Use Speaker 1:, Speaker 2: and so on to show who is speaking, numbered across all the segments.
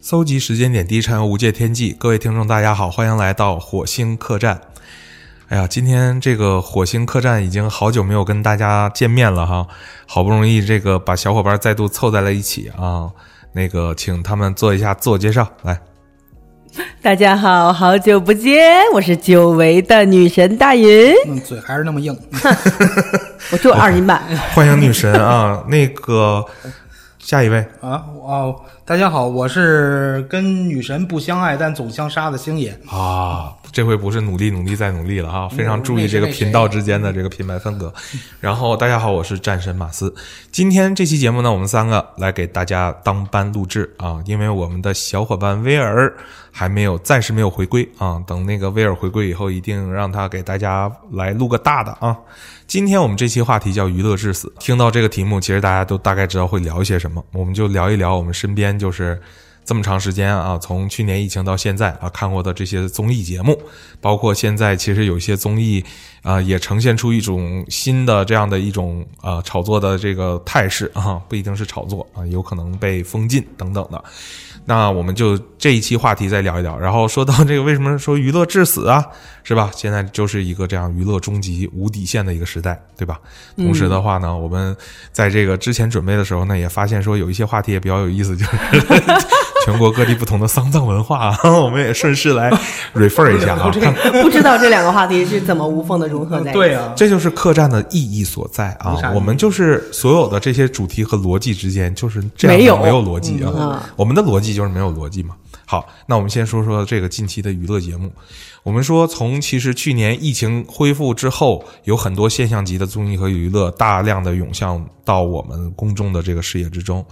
Speaker 1: 搜集时间点低产有无界天际，各位听众大家好，欢迎来到火星客栈。哎呀，今天这个火星客栈已经好久没有跟大家见面了哈，好不容易这个把小伙伴再度凑在了一起啊，那个请他们做一下自我介绍，来，
Speaker 2: 大家好，好久不见，我是久违的女神大云，
Speaker 3: 嗯，嘴还是那么硬。
Speaker 2: 我就二 斤半，
Speaker 1: 欢迎女神啊， 那个下一位，
Speaker 3: 啊，哦，大家好，我是跟女神不相爱但总相杀的星野。
Speaker 1: 啊，这回不是努力努力再努力了哈，非常注意这个频道之间的这个品牌分隔。然后大家好，我是战神马斯。今天这期节目呢，我们三个来给大家当班录制啊，因为我们的小伙伴威尔还没有，暂时没有回归啊。等那个威尔回归以后，一定让他给大家来录个大的啊。今天我们这期话题叫娱乐至死。听到这个题目，其实大家都大概知道会聊一些什么，我们就聊一聊我们身边就是这么长时间啊，从去年疫情到现在啊，看过的这些综艺节目，包括现在其实有一些综艺啊、也呈现出一种新的这样的一种啊、炒作的这个态势啊，不一定是炒作啊，有可能被封禁等等的。那我们就这一期话题再聊一聊，然后说到这个为什么说娱乐至死啊，是吧？现在就是一个这样娱乐终极无底线的一个时代，对吧？同时的话呢，我们在这个之前准备的时候呢，也发现说有一些话题也比较有意思，就是 全国各地不同的丧葬文化，啊， 我们也顺势来 refer 一下啊，看
Speaker 2: 不知道这两个话题是怎么无缝的融合在一起。
Speaker 3: 对啊，
Speaker 1: 这就是客栈的意义所在啊
Speaker 3: 啥意！义
Speaker 1: 我们就是所有的这些主题和逻辑之间就是这样的
Speaker 2: 没有
Speaker 1: 没有逻辑啊
Speaker 2: 嗯！
Speaker 1: 我们的逻辑就是没有逻辑嘛。好，那我们先说说这个近期的娱乐节目。我们说，从其实去年疫情恢复之后，有很多现象级的综艺和娱乐大量的涌向到我们公众的这个视野之中。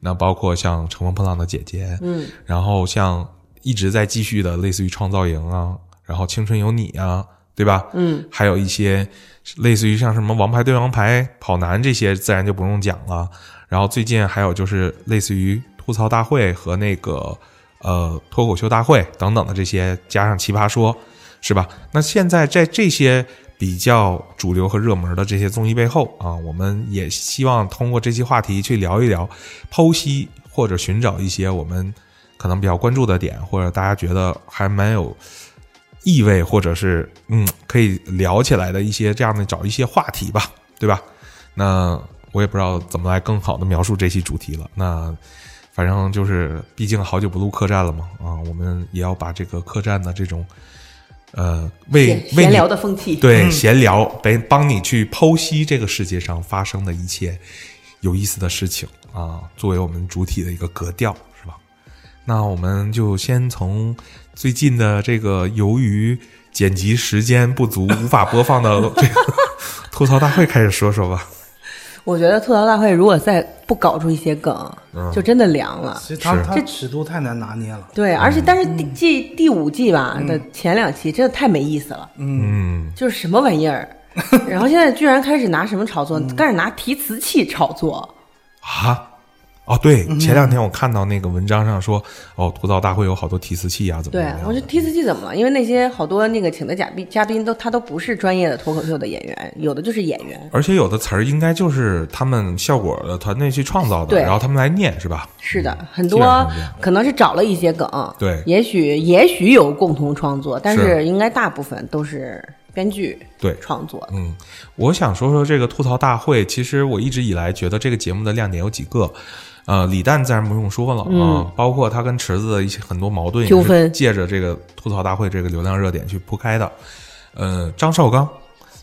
Speaker 1: 那包括像《乘风破浪的姐姐》，
Speaker 2: 嗯，
Speaker 1: 然后像一直在继续的类似于创造营啊，然后青春有你啊，对吧？
Speaker 2: 嗯，
Speaker 1: 还有一些类似于像什么王牌对王牌、跑男这些，自然就不用讲了。然后最近还有就是类似于吐槽大会和那个呃脱口秀大会等等的这些，加上奇葩说，是吧？那现在在这些比较主流和热门的这些综艺背后啊，我们也希望通过这期话题去聊一聊，剖析或者寻找一些我们可能比较关注的点，或者大家觉得还蛮有意味，或者是嗯可以聊起来的一些这样的找一些话题吧，对吧？那我也不知道怎么来更好的描述这期主题了。那反正就是，毕竟好久不录客栈了嘛，啊，我们也要把这个客栈的这种呃为
Speaker 2: 闲
Speaker 1: 为
Speaker 2: 闲
Speaker 1: 你
Speaker 2: 聊的风气，
Speaker 1: 对，闲聊，帮帮你去剖析这个世界上发生的一切有意思的事情啊，作为我们主体的一个格调，是吧？那我们就先从最近的这个由于剪辑时间不足无法播放 的这个吐槽大会开始说说吧。
Speaker 2: 我觉得吐槽大会如果再不搞出一些梗，
Speaker 1: 嗯
Speaker 2: 就真的凉了。
Speaker 3: 其实他
Speaker 1: 是
Speaker 3: 他尺度太难拿捏了。
Speaker 2: 对，而且
Speaker 1: 嗯
Speaker 2: 但是第季第五季吧的前两期真的太没意思了，
Speaker 1: 嗯，
Speaker 2: 就是什么玩 意儿。然后现在居然开始拿什么炒作，
Speaker 1: 嗯
Speaker 2: 开始拿提词器炒作，
Speaker 1: 啊。哦，对，
Speaker 2: 嗯
Speaker 1: 前两天我看到那个文章上说，哦，吐槽大会有好多提词器啊，怎么
Speaker 2: 对
Speaker 1: 怎么，样
Speaker 2: 我
Speaker 1: 的
Speaker 2: 说提词器怎么了？因为那些好多那个请的嘉宾嘉宾都他都不是专业的脱口秀的演员，有的就是演员。
Speaker 1: 而且有的词儿应该就是他们效果的团队去创造的，
Speaker 2: 对
Speaker 1: 然后他们来念是吧？
Speaker 2: 是的，很
Speaker 1: 基本
Speaker 2: 多
Speaker 1: 上是这样
Speaker 2: 可能是找了一些梗，
Speaker 1: 对
Speaker 2: 也许也许有共同创作，但
Speaker 1: 是
Speaker 2: 是应该大部分都是编剧
Speaker 1: 对
Speaker 2: 创作的。
Speaker 1: 嗯，我想说说这个吐槽大会。其实我一直以来觉得这个节目的亮点有几个，呃，李诞自然不用说了啊、包括他跟池子的一些很多矛盾也是
Speaker 2: 嗯纠纷
Speaker 1: 借着这个吐槽大会这个流量热点去铺开的。呃，张绍刚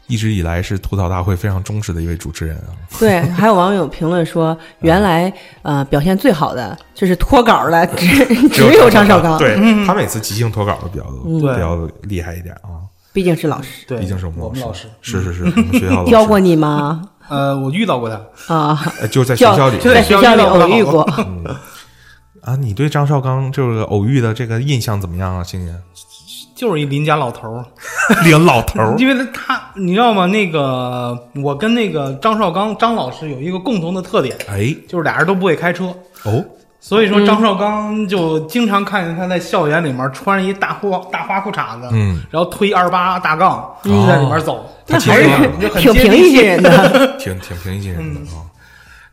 Speaker 1: 一直以来是吐槽大会非常忠实的一位主持人啊，
Speaker 2: 对，还有网友评论说，原来呃表现最好的就是脱稿的，只只有张绍刚，嗯
Speaker 1: 对、他每次即兴脱稿都比较、比较厉害一点啊，
Speaker 2: 毕竟是老师。
Speaker 3: 对，
Speaker 1: 毕竟是
Speaker 3: 我
Speaker 1: 们
Speaker 3: 们
Speaker 1: 老
Speaker 3: 师。嗯
Speaker 1: 是是是，我们学校老师
Speaker 2: 教过你吗？
Speaker 3: 呃，我遇到过他，
Speaker 2: 啊，
Speaker 1: 呃就在学
Speaker 2: 教
Speaker 1: 校里
Speaker 3: 对
Speaker 2: 在学校里
Speaker 3: 学校
Speaker 2: 偶
Speaker 3: 里
Speaker 2: 遇
Speaker 3: 偶
Speaker 2: 过，
Speaker 1: 啊。你对张绍刚就是偶遇的这个印象怎么样啊，星爷？
Speaker 3: 就是一邻家老头儿，
Speaker 1: 领老头 儿
Speaker 3: 因为他你知道吗？那个我跟那个张绍刚张老师有一个共同的特点，
Speaker 1: 哎
Speaker 3: 就是俩人都不会开车。
Speaker 1: 哦，
Speaker 3: 所以
Speaker 2: 嗯
Speaker 3: 说，张绍刚就经常看见他在校园里面穿着一大花大花裤衩子，
Speaker 1: 嗯，
Speaker 3: 然后推二八大杠，就在里面走，
Speaker 1: 他
Speaker 2: 那
Speaker 1: 其
Speaker 2: 哦还
Speaker 1: 实
Speaker 2: 是
Speaker 3: 就很
Speaker 2: 挺
Speaker 3: 接
Speaker 2: 平
Speaker 3: 地
Speaker 2: 易
Speaker 3: 气
Speaker 2: 近人的。
Speaker 1: 挺挺平易近人的啊。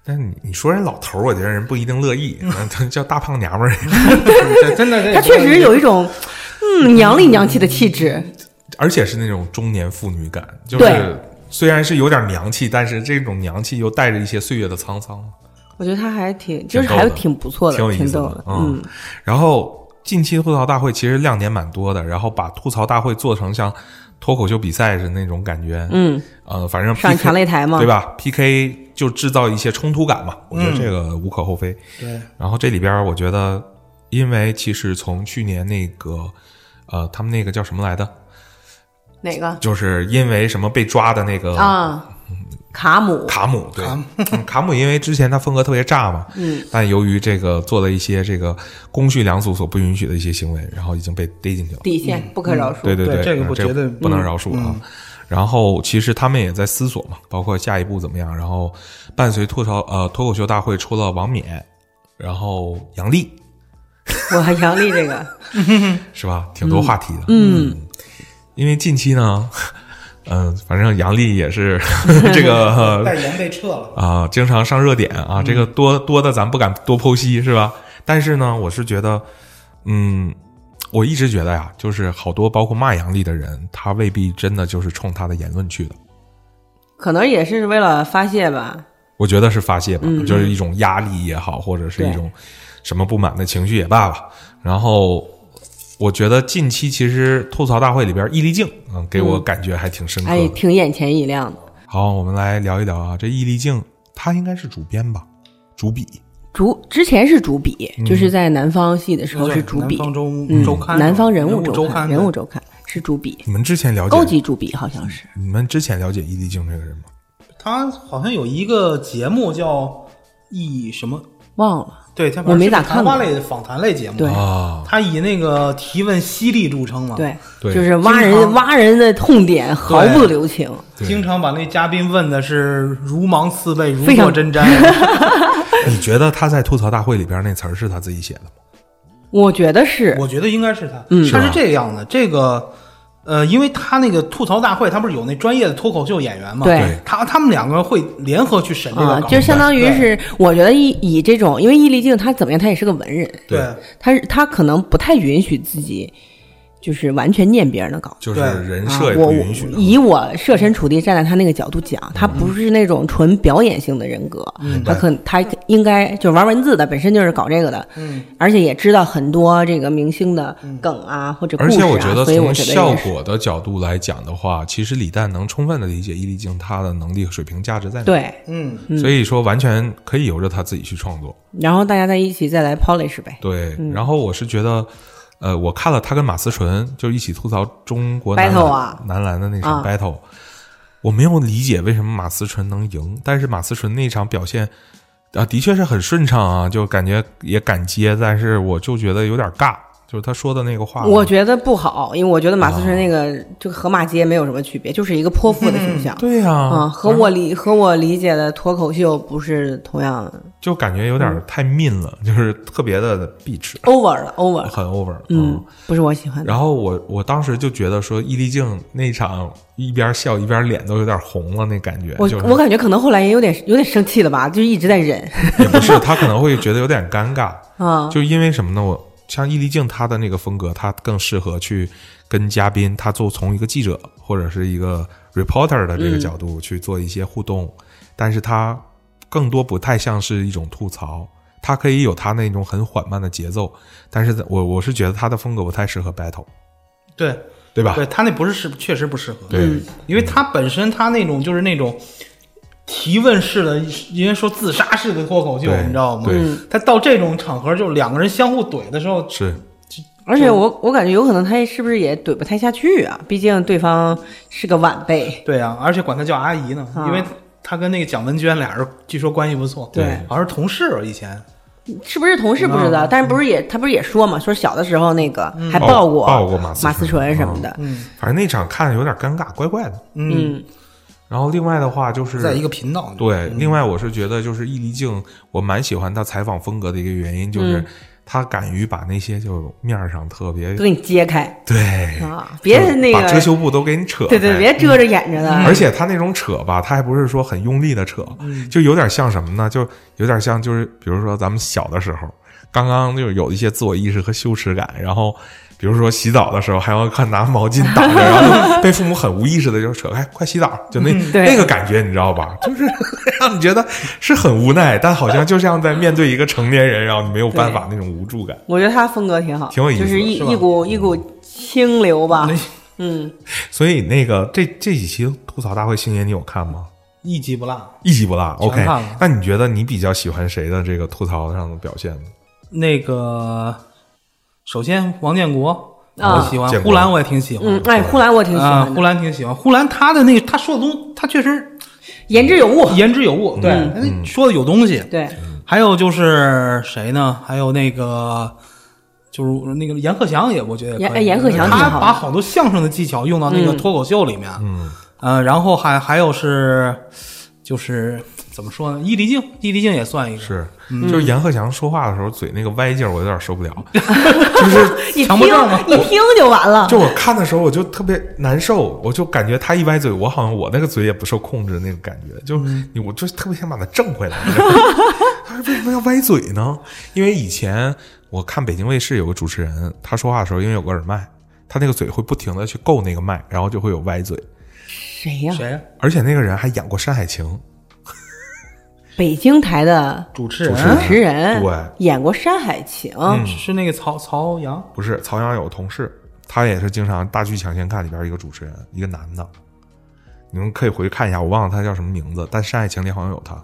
Speaker 1: 但你你说人老头儿，我觉得人不一定乐意， 他叫大胖娘们儿，
Speaker 3: 这真 的，这
Speaker 2: 她确实有一种嗯娘里娘气的气质，
Speaker 1: 而且是那种中年妇女感，就
Speaker 2: 对
Speaker 1: 是虽然是有点娘气，但是这种娘气又带着一些岁月的沧桑，
Speaker 2: 我觉得她还挺就
Speaker 1: 挺
Speaker 2: 是
Speaker 1: 逗的
Speaker 2: 还挺不错
Speaker 1: 挺有意
Speaker 2: 挺
Speaker 1: 思
Speaker 2: 逗
Speaker 1: 的
Speaker 2: 的，。
Speaker 1: 嗯
Speaker 2: 嗯，，
Speaker 1: 然后近期吐槽大会其实亮点蛮多的，然后把吐槽大会做成像脱口秀比赛是那种感觉，
Speaker 2: 嗯，
Speaker 1: 呃，反正 PK,
Speaker 2: 上强擂台嘛嗯
Speaker 1: 对吧？PK 就制造一些冲突感嘛，我觉得这个无可厚非。
Speaker 3: 对，
Speaker 1: 然后这里边儿我觉得，因为其实从去年那个，呃，他们那个叫什么来着？
Speaker 2: 哪个
Speaker 1: 就是因为什么被抓的那个
Speaker 2: 啊？卡姆
Speaker 1: 卡姆，对，嗯卡姆因为之前他风格特别炸嘛，嗯，但由于这个做了一些这个公序良俗所不允许的一些行为，然后已经被逮进去了。
Speaker 2: 底线不可饶恕，
Speaker 1: 对对
Speaker 3: 对
Speaker 1: 对，
Speaker 3: 这个
Speaker 1: 啊
Speaker 3: 不
Speaker 1: 这
Speaker 3: 绝对
Speaker 1: 不能饶恕啊。然后其实他们也在思索嘛，包括下一步怎么样。然后伴随吐槽呃脱口秀大会出了王冕，然后杨笠
Speaker 2: 我还杨笠这个，
Speaker 1: 是吧？挺多话题的，嗯，因为近期呢， 嗯、反正杨笠也是 这个呃
Speaker 3: 代言被撤了，
Speaker 1: 啊、经常上热点
Speaker 2: 嗯
Speaker 1: 啊，这个多多的咱不敢多剖析，是吧？但是呢，我是觉得，嗯，我一直觉得呀，就是好多包括骂杨笠的人，他未必真的就是冲他的言论去的，
Speaker 2: 可能也是为了发泄吧。
Speaker 1: 我觉得是发泄吧，
Speaker 2: 嗯
Speaker 1: 就是一种压力也好，或者是一种什么不满的情绪也罢吧。然后我觉得近期其实吐槽大会里边，易立竞嗯，给我感觉还挺深刻的。
Speaker 2: 哎，挺眼前一亮的。
Speaker 1: 好，我们来聊一聊啊，这易立竞他应该是主编吧，主笔。
Speaker 2: 主之前是主笔，就是在南方系的时候是主
Speaker 3: 南
Speaker 2: 笔，
Speaker 3: 方周
Speaker 2: 嗯，
Speaker 3: 周刊，
Speaker 2: 南方人
Speaker 3: 物
Speaker 2: 周
Speaker 3: 刊，
Speaker 2: 人物周刊是主笔，
Speaker 1: 你们之前了解
Speaker 2: 高级主笔好像是。
Speaker 1: 你们之前了解伊丽静这个人吗？
Speaker 3: 他好像有一个节目叫易什么？
Speaker 2: 忘了，
Speaker 3: 对，他
Speaker 2: 我没咋看
Speaker 3: 过。
Speaker 2: 过
Speaker 3: 谈话类访谈类节目，
Speaker 2: 对
Speaker 1: 啊，
Speaker 3: 他以那个提问犀利著称嘛，，
Speaker 2: 对，
Speaker 1: 对
Speaker 2: 就是挖
Speaker 3: 经
Speaker 2: 人
Speaker 3: 常
Speaker 2: 挖人的痛点毫不留情，
Speaker 1: 对
Speaker 3: 经常把那嘉宾问的是如芒似背，如
Speaker 2: 非
Speaker 3: 坐
Speaker 2: 常
Speaker 3: 针毡。
Speaker 1: 你觉得他在吐槽大会里边那词儿是他自己写的吗？
Speaker 2: 我觉得是
Speaker 3: 我觉得应该是他，
Speaker 2: 嗯
Speaker 3: 他
Speaker 1: 是
Speaker 3: 是
Speaker 1: 吧
Speaker 3: 这样的，这个。呃，因为他那个吐槽大会，他不是有那专业的脱口秀演员嘛？
Speaker 2: 对
Speaker 1: 对
Speaker 3: 他他们两个会联合去审这
Speaker 2: 啊
Speaker 3: 个，稿，
Speaker 2: 就相当于
Speaker 3: 对
Speaker 2: 是，我觉得以以这种，因为易立竞他怎么样，他也是个文人，
Speaker 1: 对
Speaker 3: 对
Speaker 2: 他是他可能不太允许自己就是完全念别人的稿。
Speaker 1: 就是
Speaker 3: 对
Speaker 1: 人
Speaker 2: 啊
Speaker 1: 设也不
Speaker 2: 我我
Speaker 1: 允许的。
Speaker 2: 以我设身处地站在他那个角度讲，他不是那种纯表演性的人格，
Speaker 1: 嗯
Speaker 2: 他可他应该就是玩文字的，本身就是搞这个的，
Speaker 3: 嗯
Speaker 2: 而且也知道很多这个明星的梗啊、或者故
Speaker 1: 嗯而
Speaker 2: 事
Speaker 1: 且
Speaker 2: 啊，
Speaker 1: 我觉得
Speaker 2: 所以
Speaker 1: 从
Speaker 2: 我觉得
Speaker 1: 效
Speaker 2: 也是
Speaker 1: 果的角度来讲的话，其实李诞能充分的理解伊丽静她的能力和水平价值在哪，
Speaker 2: 对，
Speaker 3: 嗯，
Speaker 1: 所以说完全可以由着他自己去创作。
Speaker 2: 然后大家在一起再来 polish 呗。
Speaker 1: 对，然后我是觉得，呃，我看了他跟马思纯就一起吐槽中国男
Speaker 2: Battle
Speaker 1: 篮、
Speaker 2: 啊
Speaker 1: 男篮的那
Speaker 2: 啊
Speaker 1: 场 battle，、我没有理解为什么马思纯能赢，但是马思纯那场表现啊，的确是很顺畅啊，就感觉也敢接，但是我就觉得有点尬，就是他说的那个话，
Speaker 2: 我觉得不好，因为我觉得马思纯那个这个和马街没有什么区别，就是一个泼妇的形象。
Speaker 1: 嗯对呀、
Speaker 2: 啊、和我理和我理解的脱口秀不是同样
Speaker 1: 就感觉有
Speaker 2: 嗯
Speaker 1: 点太 mean 了，就是特别的 bitch，
Speaker 2: over 了 over，了
Speaker 1: 很 over，
Speaker 2: 嗯，不是我喜欢的。
Speaker 1: 然后我我当时就觉得说，易立竞那场一边笑一边脸都有点红了，那感觉
Speaker 2: 我
Speaker 1: 就是
Speaker 2: 我感觉可能后来也有点有点生气了吧，就是一直在忍
Speaker 1: 也不是，他可能会觉得有点尴尬，
Speaker 2: 啊。
Speaker 1: 就因为什么呢？我像易立竞他的那个风格，他更适合去跟嘉宾，他做从一个记者或者是一个 reporter 的
Speaker 2: 嗯
Speaker 1: 这个角度去做一些互动，但是他更多不太像是一种吐槽。他可以有他那种很缓慢的节奏，但是在我我是觉得他的风格不太适合 battle，
Speaker 3: 对
Speaker 1: 对吧？
Speaker 3: 对，嗯他那不是适，确实不适合。
Speaker 1: 啊对
Speaker 3: 因为他本身他那种就是那种提问式的，应该说自杀式的脱口秀，
Speaker 1: 对
Speaker 3: 你知道吗？
Speaker 1: 对
Speaker 2: 嗯
Speaker 3: 他到这种场合，就两个人相互怼的时候，
Speaker 1: 是
Speaker 2: 而且我我感觉有可能他是不是也怼不太下去啊？毕竟对方是个晚辈，
Speaker 3: 对啊，而且管他叫阿姨呢，
Speaker 2: 啊
Speaker 3: 因为他跟那个蒋文娟俩人据说关系不错，
Speaker 1: 对
Speaker 3: 好像是同事啊以前。
Speaker 2: 是不是同事不知道？
Speaker 1: 嗯
Speaker 2: 但是不是也他不是也说嘛，说小的时候那个还抱
Speaker 1: 哦
Speaker 2: 过、
Speaker 1: 抱过马
Speaker 2: 马
Speaker 1: 思纯哦
Speaker 2: 纯什么的。
Speaker 1: 反正那场看着有点尴尬，怪怪的。
Speaker 3: 嗯，
Speaker 2: 嗯，
Speaker 1: 然后另外的话就是
Speaker 3: 在一个嗯频道里。
Speaker 2: 嗯
Speaker 1: 对，另外我是觉得就是易立竞，我蛮喜欢他采访风格的一个原因就是。他敢于把那些就面儿上特别
Speaker 2: 都给你揭开
Speaker 1: 对，
Speaker 2: 啊，别那
Speaker 1: 把遮
Speaker 2: 个，
Speaker 1: 羞布都给你扯开，
Speaker 2: 对对，别
Speaker 1: 嗯
Speaker 2: 遮着啊掩着的，
Speaker 1: 而且他那种扯吧，他还不是说很用力的扯，就有点像什么呢？就有点像就是，比如说咱们小的时候，刚刚就有一些自我意识和羞耻感，然后比如说洗澡的时候还要看拿毛巾挡着，然后就被父母很无意识的就扯开，快洗澡，就那、
Speaker 2: 对
Speaker 1: 那个感觉你知道吧？就是 让你觉得是很无奈，但好像就像在面对一个成年人，然后你没有办法那种无助感。
Speaker 2: 我觉得他风格挺好，
Speaker 1: 挺有意思的嗯
Speaker 2: 就是一
Speaker 3: 是吧
Speaker 2: 一股一股清流吧。嗯，
Speaker 1: 所以那个这这几期吐槽大会星爷你有看吗？
Speaker 3: 一集不落。
Speaker 1: 一集不落。
Speaker 3: 全
Speaker 1: OK，
Speaker 3: 看了
Speaker 1: 那你觉得你比较喜欢谁的这个吐槽上的表现呢？
Speaker 3: 那个，首先王建国，
Speaker 2: 啊
Speaker 3: 我喜欢
Speaker 1: 建国
Speaker 3: 呼兰，我也挺喜欢
Speaker 2: 嗯，哎，呼兰我挺喜
Speaker 3: 啊，
Speaker 2: 欢
Speaker 3: 呼
Speaker 2: 的，
Speaker 3: 兰挺喜欢。呼兰他的那个他说的东，他确实
Speaker 2: 言之有 物。
Speaker 3: 言之有物，对，
Speaker 2: 嗯
Speaker 3: 他那说的有东西。
Speaker 2: 对，
Speaker 3: 还有就是谁呢？还有那个。就是那个阎鹤祥也，我觉得也
Speaker 2: 阎
Speaker 3: 可以
Speaker 2: 哎阎鹤祥挺
Speaker 3: 他
Speaker 2: 好的
Speaker 3: 把好多相声的技巧用到那个脱口秀里面，
Speaker 1: 嗯，
Speaker 3: 呃，然后还还有是，就是怎么说呢？伊丽静，伊丽静也算一个，
Speaker 1: 是，就是阎鹤祥说话的时候嘴那个歪劲儿，我有点受不 了。就是
Speaker 2: 你听
Speaker 3: 强迫症吗
Speaker 2: 你听就完了。
Speaker 1: 就我看的时候，我就特别难受，我就感觉他一歪嘴，我好像我那个嘴也不受控制那种感觉，就
Speaker 3: 嗯
Speaker 1: 你我就特别想把它正回来。 他说为什么要歪嘴呢？因为以前我看北京卫视有个主持人，他说话的时候因为有个耳麦，他那个嘴会不停的去够那个麦，然后就会有歪嘴。
Speaker 2: 谁
Speaker 1: 啊
Speaker 2: 呀？
Speaker 3: 谁？
Speaker 1: 而且那个人还演过《山海情》，
Speaker 2: 北京台的
Speaker 3: 主持人啊
Speaker 1: 主持人
Speaker 2: 主持人，
Speaker 1: 嗯对嗯
Speaker 2: 演过《山海情》，
Speaker 3: 是那个曹曹阳，
Speaker 1: 不是曹阳有同事，他也是经常《大剧抢先看》里边一个主持人，一个男的，你们可以回去看一下，我忘了他叫什么名字，但《山海情》里好像有他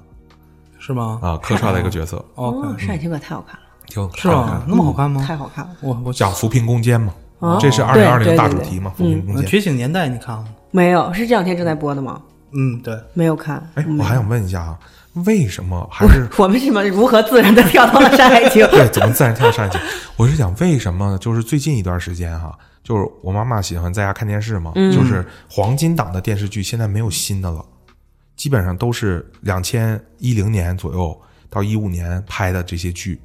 Speaker 3: 是吗？
Speaker 1: 啊，客串了一个角色，
Speaker 2: 哦，
Speaker 1: 嗯
Speaker 3: 哦
Speaker 2: 《山海情》可太好看了，
Speaker 1: 挺有
Speaker 3: 是吗？那么好看
Speaker 1: 嗯
Speaker 3: 吗？
Speaker 2: 太好看了。
Speaker 3: 我我
Speaker 1: 讲扶贫攻坚嘛，
Speaker 2: 哦
Speaker 1: 这是二零
Speaker 2: 对
Speaker 1: 二零
Speaker 2: 对
Speaker 1: 大
Speaker 2: 对
Speaker 1: 主
Speaker 2: 对
Speaker 1: 题嘛，扶贫攻
Speaker 3: 呃
Speaker 1: 坚。
Speaker 3: 觉醒年代》你看了吗？
Speaker 2: 没有，是这两天正在播的吗？
Speaker 3: 嗯，对，
Speaker 2: 没有看。
Speaker 1: 哎，我还想问一下啊，为什么还是
Speaker 2: 我们是么如何自然的跳到了《山海 情》？
Speaker 1: 对，怎么自然跳上一集？我是想，为什么就是最近一段时间哈、就是我妈妈喜欢在家看电视嘛，
Speaker 3: 嗯
Speaker 1: 就是黄金档的电视剧现在没有新的了，基本上都是两千一零年左右到一五年拍的这些剧，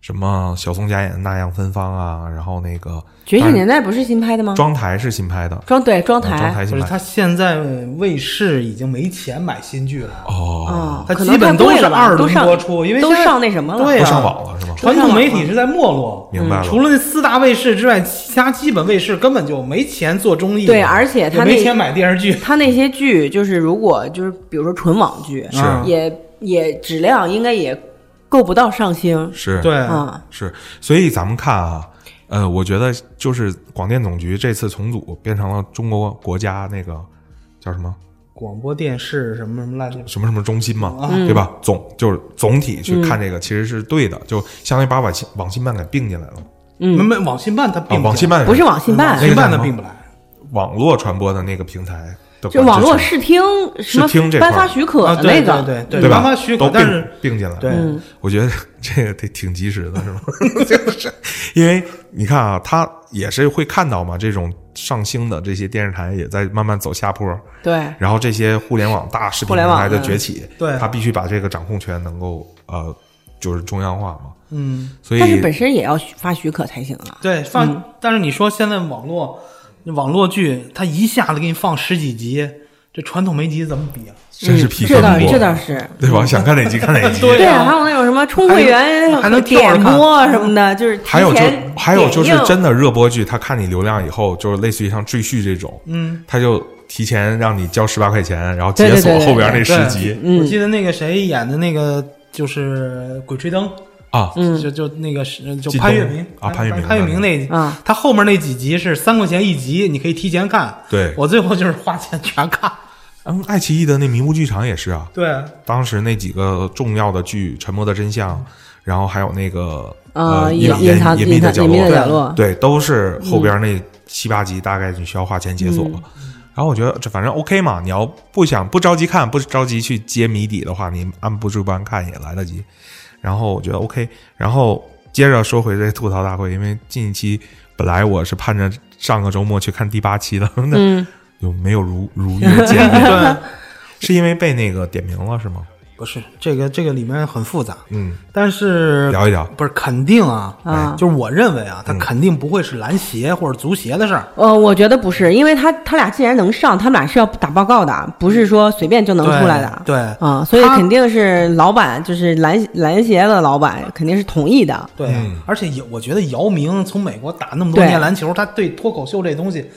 Speaker 1: 什么小宋佳演的《那样芬芳》啊，然后那个
Speaker 2: 觉
Speaker 1: 当
Speaker 2: 醒
Speaker 1: 然
Speaker 2: 年代不是新拍的吗？
Speaker 1: 妆台是新拍的，
Speaker 2: 装对装
Speaker 1: 呃妆台
Speaker 2: 台
Speaker 1: 新
Speaker 3: 就是
Speaker 1: 拍
Speaker 3: 他现在卫视已经没钱买新剧了，
Speaker 1: 哦，
Speaker 2: 啊，
Speaker 3: 它
Speaker 2: 可
Speaker 3: 基
Speaker 2: 能
Speaker 3: 本
Speaker 2: 太
Speaker 3: 都
Speaker 2: 贵
Speaker 3: 是
Speaker 2: 了吧
Speaker 3: 二轮
Speaker 2: 都上
Speaker 3: 播出因为
Speaker 2: 都
Speaker 3: 现在
Speaker 2: 上那什么了。
Speaker 3: 对
Speaker 1: 都
Speaker 3: 啊
Speaker 1: 上网了是吗？
Speaker 3: 传统媒体是在没落。嗯
Speaker 1: 明白了，
Speaker 3: 除了那四大卫视之外，其他基本卫视根本就没钱做综艺，
Speaker 2: 对而且他那
Speaker 3: 也没钱买电视剧，
Speaker 2: 他那些剧，就是如果就是比如说纯网剧，
Speaker 1: 是
Speaker 3: 嗯
Speaker 2: 也也质量应该也够不到上星。
Speaker 1: 是
Speaker 3: 对，
Speaker 2: 嗯，
Speaker 1: 是，所以咱们看啊，呃，我觉得就是广电总局这次重组变成了中国国家那个叫什么
Speaker 3: 广播电视什么什么烂七
Speaker 1: 什么什么中心嘛，
Speaker 2: 嗯
Speaker 1: 对吧？总就是总体去看这个，其实是对的，就相当于把网信网信办给并进来了嘛。
Speaker 2: 嗯
Speaker 3: 没没网信办它并
Speaker 1: 啊，
Speaker 3: 不
Speaker 1: 网信办
Speaker 2: 不是
Speaker 1: 网
Speaker 2: 网信办
Speaker 3: 网，
Speaker 1: 那
Speaker 3: 信
Speaker 1: 个
Speaker 3: 办
Speaker 1: 叫
Speaker 3: 它
Speaker 1: 什么
Speaker 3: 并不来，
Speaker 1: 网络传播的那个平台的
Speaker 2: 就
Speaker 1: 管制
Speaker 2: 网络
Speaker 1: 权
Speaker 2: 视听什
Speaker 1: 视
Speaker 2: 么
Speaker 1: 听这块儿
Speaker 2: 颁发许可
Speaker 3: 啊，
Speaker 2: 那
Speaker 3: 对
Speaker 2: 个，
Speaker 3: 对对
Speaker 1: 对吧？
Speaker 3: 颁发许可
Speaker 1: 都，并
Speaker 3: 但是
Speaker 1: 并进来了，
Speaker 3: 对嗯
Speaker 1: 我觉得 这个挺挺及时的，是吧？ 就是因为你看啊，他也是会看到嘛，这种上星的这些电视台也在慢慢走下坡，
Speaker 2: 对
Speaker 1: 然后这些互联网大视频
Speaker 2: 互
Speaker 1: 平
Speaker 2: 联网
Speaker 1: 台的
Speaker 2: 嗯
Speaker 1: 崛起，
Speaker 3: 对
Speaker 1: 他必须把这个掌控权能够呃，就是中央化嘛，
Speaker 3: 嗯，
Speaker 1: 所以
Speaker 2: 但是本身也要许发许可才行啊。
Speaker 3: 对，放。但是你说现在网络网络剧，它一下子给你放十几集，这传统媒体怎么比啊？
Speaker 1: 真是疲
Speaker 2: 嗯这
Speaker 1: 奋
Speaker 2: 倒
Speaker 1: 过，
Speaker 2: 这倒是。
Speaker 1: 对吧？想看哪集看哪集，
Speaker 3: 对啊
Speaker 2: 啊，还有那种什么充会员
Speaker 3: 还能还能跳着
Speaker 2: 点
Speaker 3: 看
Speaker 2: 播什么的，就是提
Speaker 1: 还有就
Speaker 2: 前
Speaker 1: 还有就是
Speaker 2: 点映
Speaker 1: 真的热播剧，他看你流量以后，就是类似于像赘婿这种，嗯，他就提前让你交十八块钱，然后解
Speaker 2: 对对
Speaker 1: 锁
Speaker 2: 对对
Speaker 1: 后边那
Speaker 3: 对
Speaker 1: 十集
Speaker 3: 我记得那个谁演的那个就是《鬼吹灯》。
Speaker 1: 啊，
Speaker 2: 嗯
Speaker 3: 就就那个是就
Speaker 1: 靳
Speaker 3: 潘
Speaker 1: 东
Speaker 3: 粤明
Speaker 1: 啊潘粤明
Speaker 3: 潘粤明那
Speaker 2: 啊，
Speaker 3: 他后面那几集是三块钱一集，你可以提前看。
Speaker 1: 对
Speaker 3: 我最后就是花钱全看。
Speaker 1: 嗯，爱奇艺的那迷雾剧场也是啊，
Speaker 3: 对，
Speaker 1: 当时那几个重要的剧《沉默的真相》，然后还有那个
Speaker 2: 嗯
Speaker 1: 呃
Speaker 2: 啊，
Speaker 1: 隐
Speaker 2: 隐隐藏
Speaker 1: 隐秘
Speaker 2: 藏
Speaker 1: 的角
Speaker 2: 隐秘的
Speaker 1: 落，
Speaker 2: 角
Speaker 3: 啊
Speaker 2: 落，
Speaker 1: 对，都是
Speaker 3: 嗯
Speaker 1: 后边那七八集大概你需要花钱解锁了。
Speaker 3: 嗯
Speaker 1: 然后我觉得这反正 OK 嘛，你要不想不着急看，不着急去揭谜底的话，你按部就班看也来得及。然后我觉得 OK，然后接着说回这吐槽大会，因为近一期本来我是盼着上个周末去看第八期的，那、
Speaker 2: 嗯
Speaker 1: 有没有如如约见面？是因为被那个点名了是吗？
Speaker 3: 不是这个这个里面很复杂，
Speaker 1: 嗯，
Speaker 3: 但是
Speaker 1: 聊一聊
Speaker 3: 不是肯定啊，
Speaker 2: 啊
Speaker 3: 就是我认为啊，
Speaker 1: 嗯
Speaker 3: 他肯定不会是篮协或者足协的事儿，
Speaker 2: 呃，我觉得不是，因为他他俩既然能上，他们俩是要打报告的，不是说随便就能出来的。
Speaker 3: 嗯对对
Speaker 2: 啊，所以
Speaker 3: 他
Speaker 2: 肯定是老板，就是篮篮协的老板肯定是同意的。
Speaker 3: 对，啊
Speaker 1: 嗯
Speaker 3: 而且也我觉得姚明从美国打那么多
Speaker 2: 对
Speaker 3: 年篮球，他对脱口秀这东西，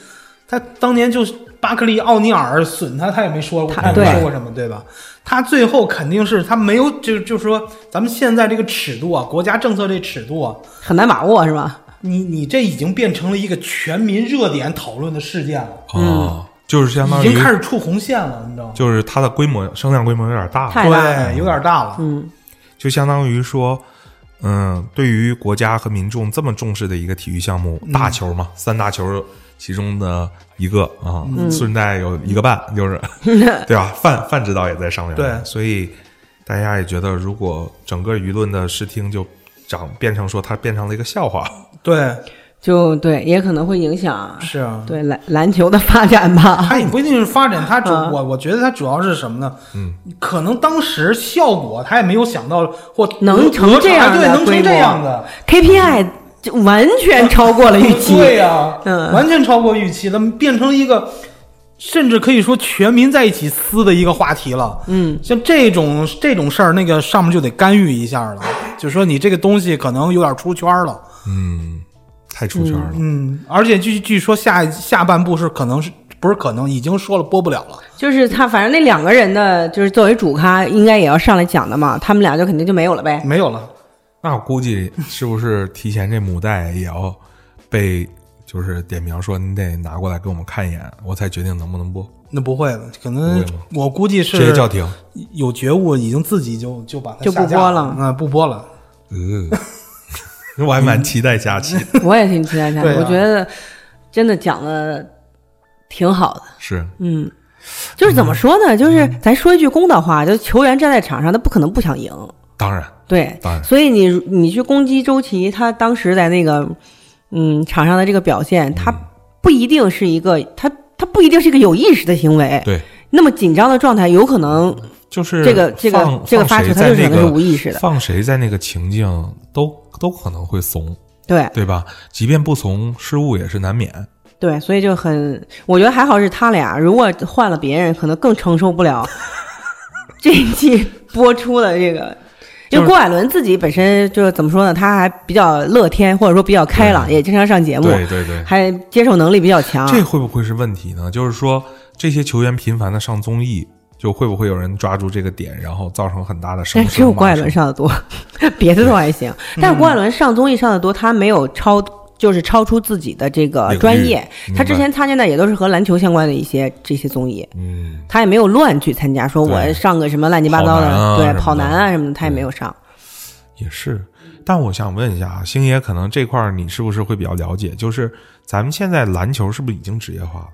Speaker 3: 他当年就是巴克利、奥尼尔损他，他也没说过，
Speaker 2: 他
Speaker 3: 他也没
Speaker 2: 对
Speaker 3: 说过什么，对吧？他最后肯定是他没有，就就是说咱们现在这个尺度啊，国家政策这尺度啊，
Speaker 2: 很难把握是吧？
Speaker 3: 你你这已经变成了一个全民热点讨论的事件了，
Speaker 1: 哦，就是相当
Speaker 3: 嗯已
Speaker 1: 于
Speaker 3: 经开始触红线了，你知道吗？
Speaker 1: 就是它的规模声量规模有点大了，
Speaker 2: 太大了
Speaker 3: 对，有点大了。
Speaker 2: 嗯，
Speaker 1: 就相当于说，嗯，对于国家和民众这么重视的一个体育项目，
Speaker 3: 嗯
Speaker 1: 大球嘛，三大球其中的一个啊，
Speaker 3: 嗯
Speaker 1: 顺带有一个半， 就是， 对吧？范范指导也在上面，
Speaker 3: 对
Speaker 1: 所以大家也觉得，如果整个舆论的视听就长变成说它变成了一个笑话，
Speaker 3: 对，
Speaker 2: 就对，也可能会影响
Speaker 3: 是啊，
Speaker 2: 对篮篮球的发展吧。
Speaker 3: 它也不一定是发展，它主
Speaker 2: 啊
Speaker 3: 我我觉得它主要是什么呢？
Speaker 1: 嗯，
Speaker 3: 可能当时效果他也没有想到或
Speaker 2: 能成
Speaker 3: 哪
Speaker 2: 这样
Speaker 3: 哎
Speaker 2: 的
Speaker 3: 对，能
Speaker 2: 规模
Speaker 3: 成这样的
Speaker 2: KPI 就完全超过了预期。
Speaker 3: 啊对啊呀，
Speaker 2: 嗯
Speaker 3: 完全超过预期，那么变成一个。甚至可以说全民在一起撕的一个话题了，
Speaker 2: 嗯，
Speaker 3: 像这种这种事儿，那个上面就得干预一下了，就说你这个东西可能有点出圈了，
Speaker 1: 嗯，太出圈了，
Speaker 3: 嗯，而且据据说下一下半部是可能是不是可能已经说了播不了了，
Speaker 2: 就是他，反正那两个人的，就是作为主咖，应该也要上来讲的嘛。他们俩就肯定就没有了呗。
Speaker 3: 没有了，
Speaker 1: 那我估计是不是提前这母带也要被就是点名说你得拿过来给我们看一眼，我才决定能不能播，
Speaker 3: 那不会了，可能
Speaker 1: 不会吗
Speaker 3: 我估计是
Speaker 1: 直接叫停。
Speaker 3: 有觉悟，已经自己就就把它
Speaker 2: 就不
Speaker 3: 下架
Speaker 2: 播
Speaker 3: 了
Speaker 2: 了，
Speaker 3: 嗯，不播了。
Speaker 1: 嗯， 我还蛮期待假期的。
Speaker 2: 我也挺期待他，
Speaker 3: 对啊
Speaker 2: 我觉得真的讲的挺好的。
Speaker 1: 是，
Speaker 2: 嗯，就是怎么说呢？就是
Speaker 1: 嗯
Speaker 2: 咱说一句公道话，就是球员站在场上，他不可能不想赢。
Speaker 1: 当然，
Speaker 2: 对，
Speaker 1: 当然，
Speaker 2: 所以你你去攻击周琦，他当时在那个嗯场上的这个表现，他
Speaker 1: 嗯
Speaker 2: 不一定是一个他他不一定是一个有意识的行为。
Speaker 1: 对，
Speaker 2: 那么紧张的状态，有可能
Speaker 1: 就是
Speaker 2: 这个这个
Speaker 1: 放
Speaker 2: 这个
Speaker 1: 放
Speaker 2: 发
Speaker 1: 谁
Speaker 2: 球，
Speaker 1: 在
Speaker 2: 他就是
Speaker 1: 那
Speaker 2: 可能是无
Speaker 1: 个
Speaker 2: 意识的。
Speaker 1: 放谁在那个情境都都可能会怂，
Speaker 2: 对哎
Speaker 1: 对吧？即便不怂，失误也是难免。
Speaker 2: 对，所以就很，我觉得还好是他俩，如果换了别人，可能更承受不了 这一季播出的这个。
Speaker 1: 就
Speaker 2: 因
Speaker 1: 是
Speaker 2: 为郭艾伦自己本身就是怎么说呢，他还比较乐天，或者说比较开朗，
Speaker 1: 对
Speaker 2: 也经常上节目，
Speaker 1: 对对对，
Speaker 2: 还接受能力比较强。
Speaker 1: 这会不会是问题呢？就是说，这些球员频繁的上综艺，就会不会有人抓住这个点，然后造成很大的声
Speaker 2: 但
Speaker 1: 势？
Speaker 2: 只有郭艾伦
Speaker 1: 骂声，
Speaker 2: 上 的多，别的都还行。
Speaker 1: 嗯
Speaker 2: 但是郭艾伦上综艺上的多，他没有超，就是超出自己的这
Speaker 1: 领
Speaker 2: 个
Speaker 1: 域
Speaker 2: 专业
Speaker 1: 明。白
Speaker 2: 他之前参加的也都是和篮球相关的一些这些综艺。
Speaker 1: 嗯，
Speaker 2: 他也没有乱去参加，说我
Speaker 1: 对
Speaker 2: 上个什么乱七八糟的，
Speaker 1: 跑男啊什么
Speaker 2: 对，
Speaker 1: 的
Speaker 2: 跑男啊什么的，他也没有上。
Speaker 1: 也是。但我想问一下啊，星爷，可能这块儿你是不是会比较了解？就是咱们现在篮球是不是已经职业化了？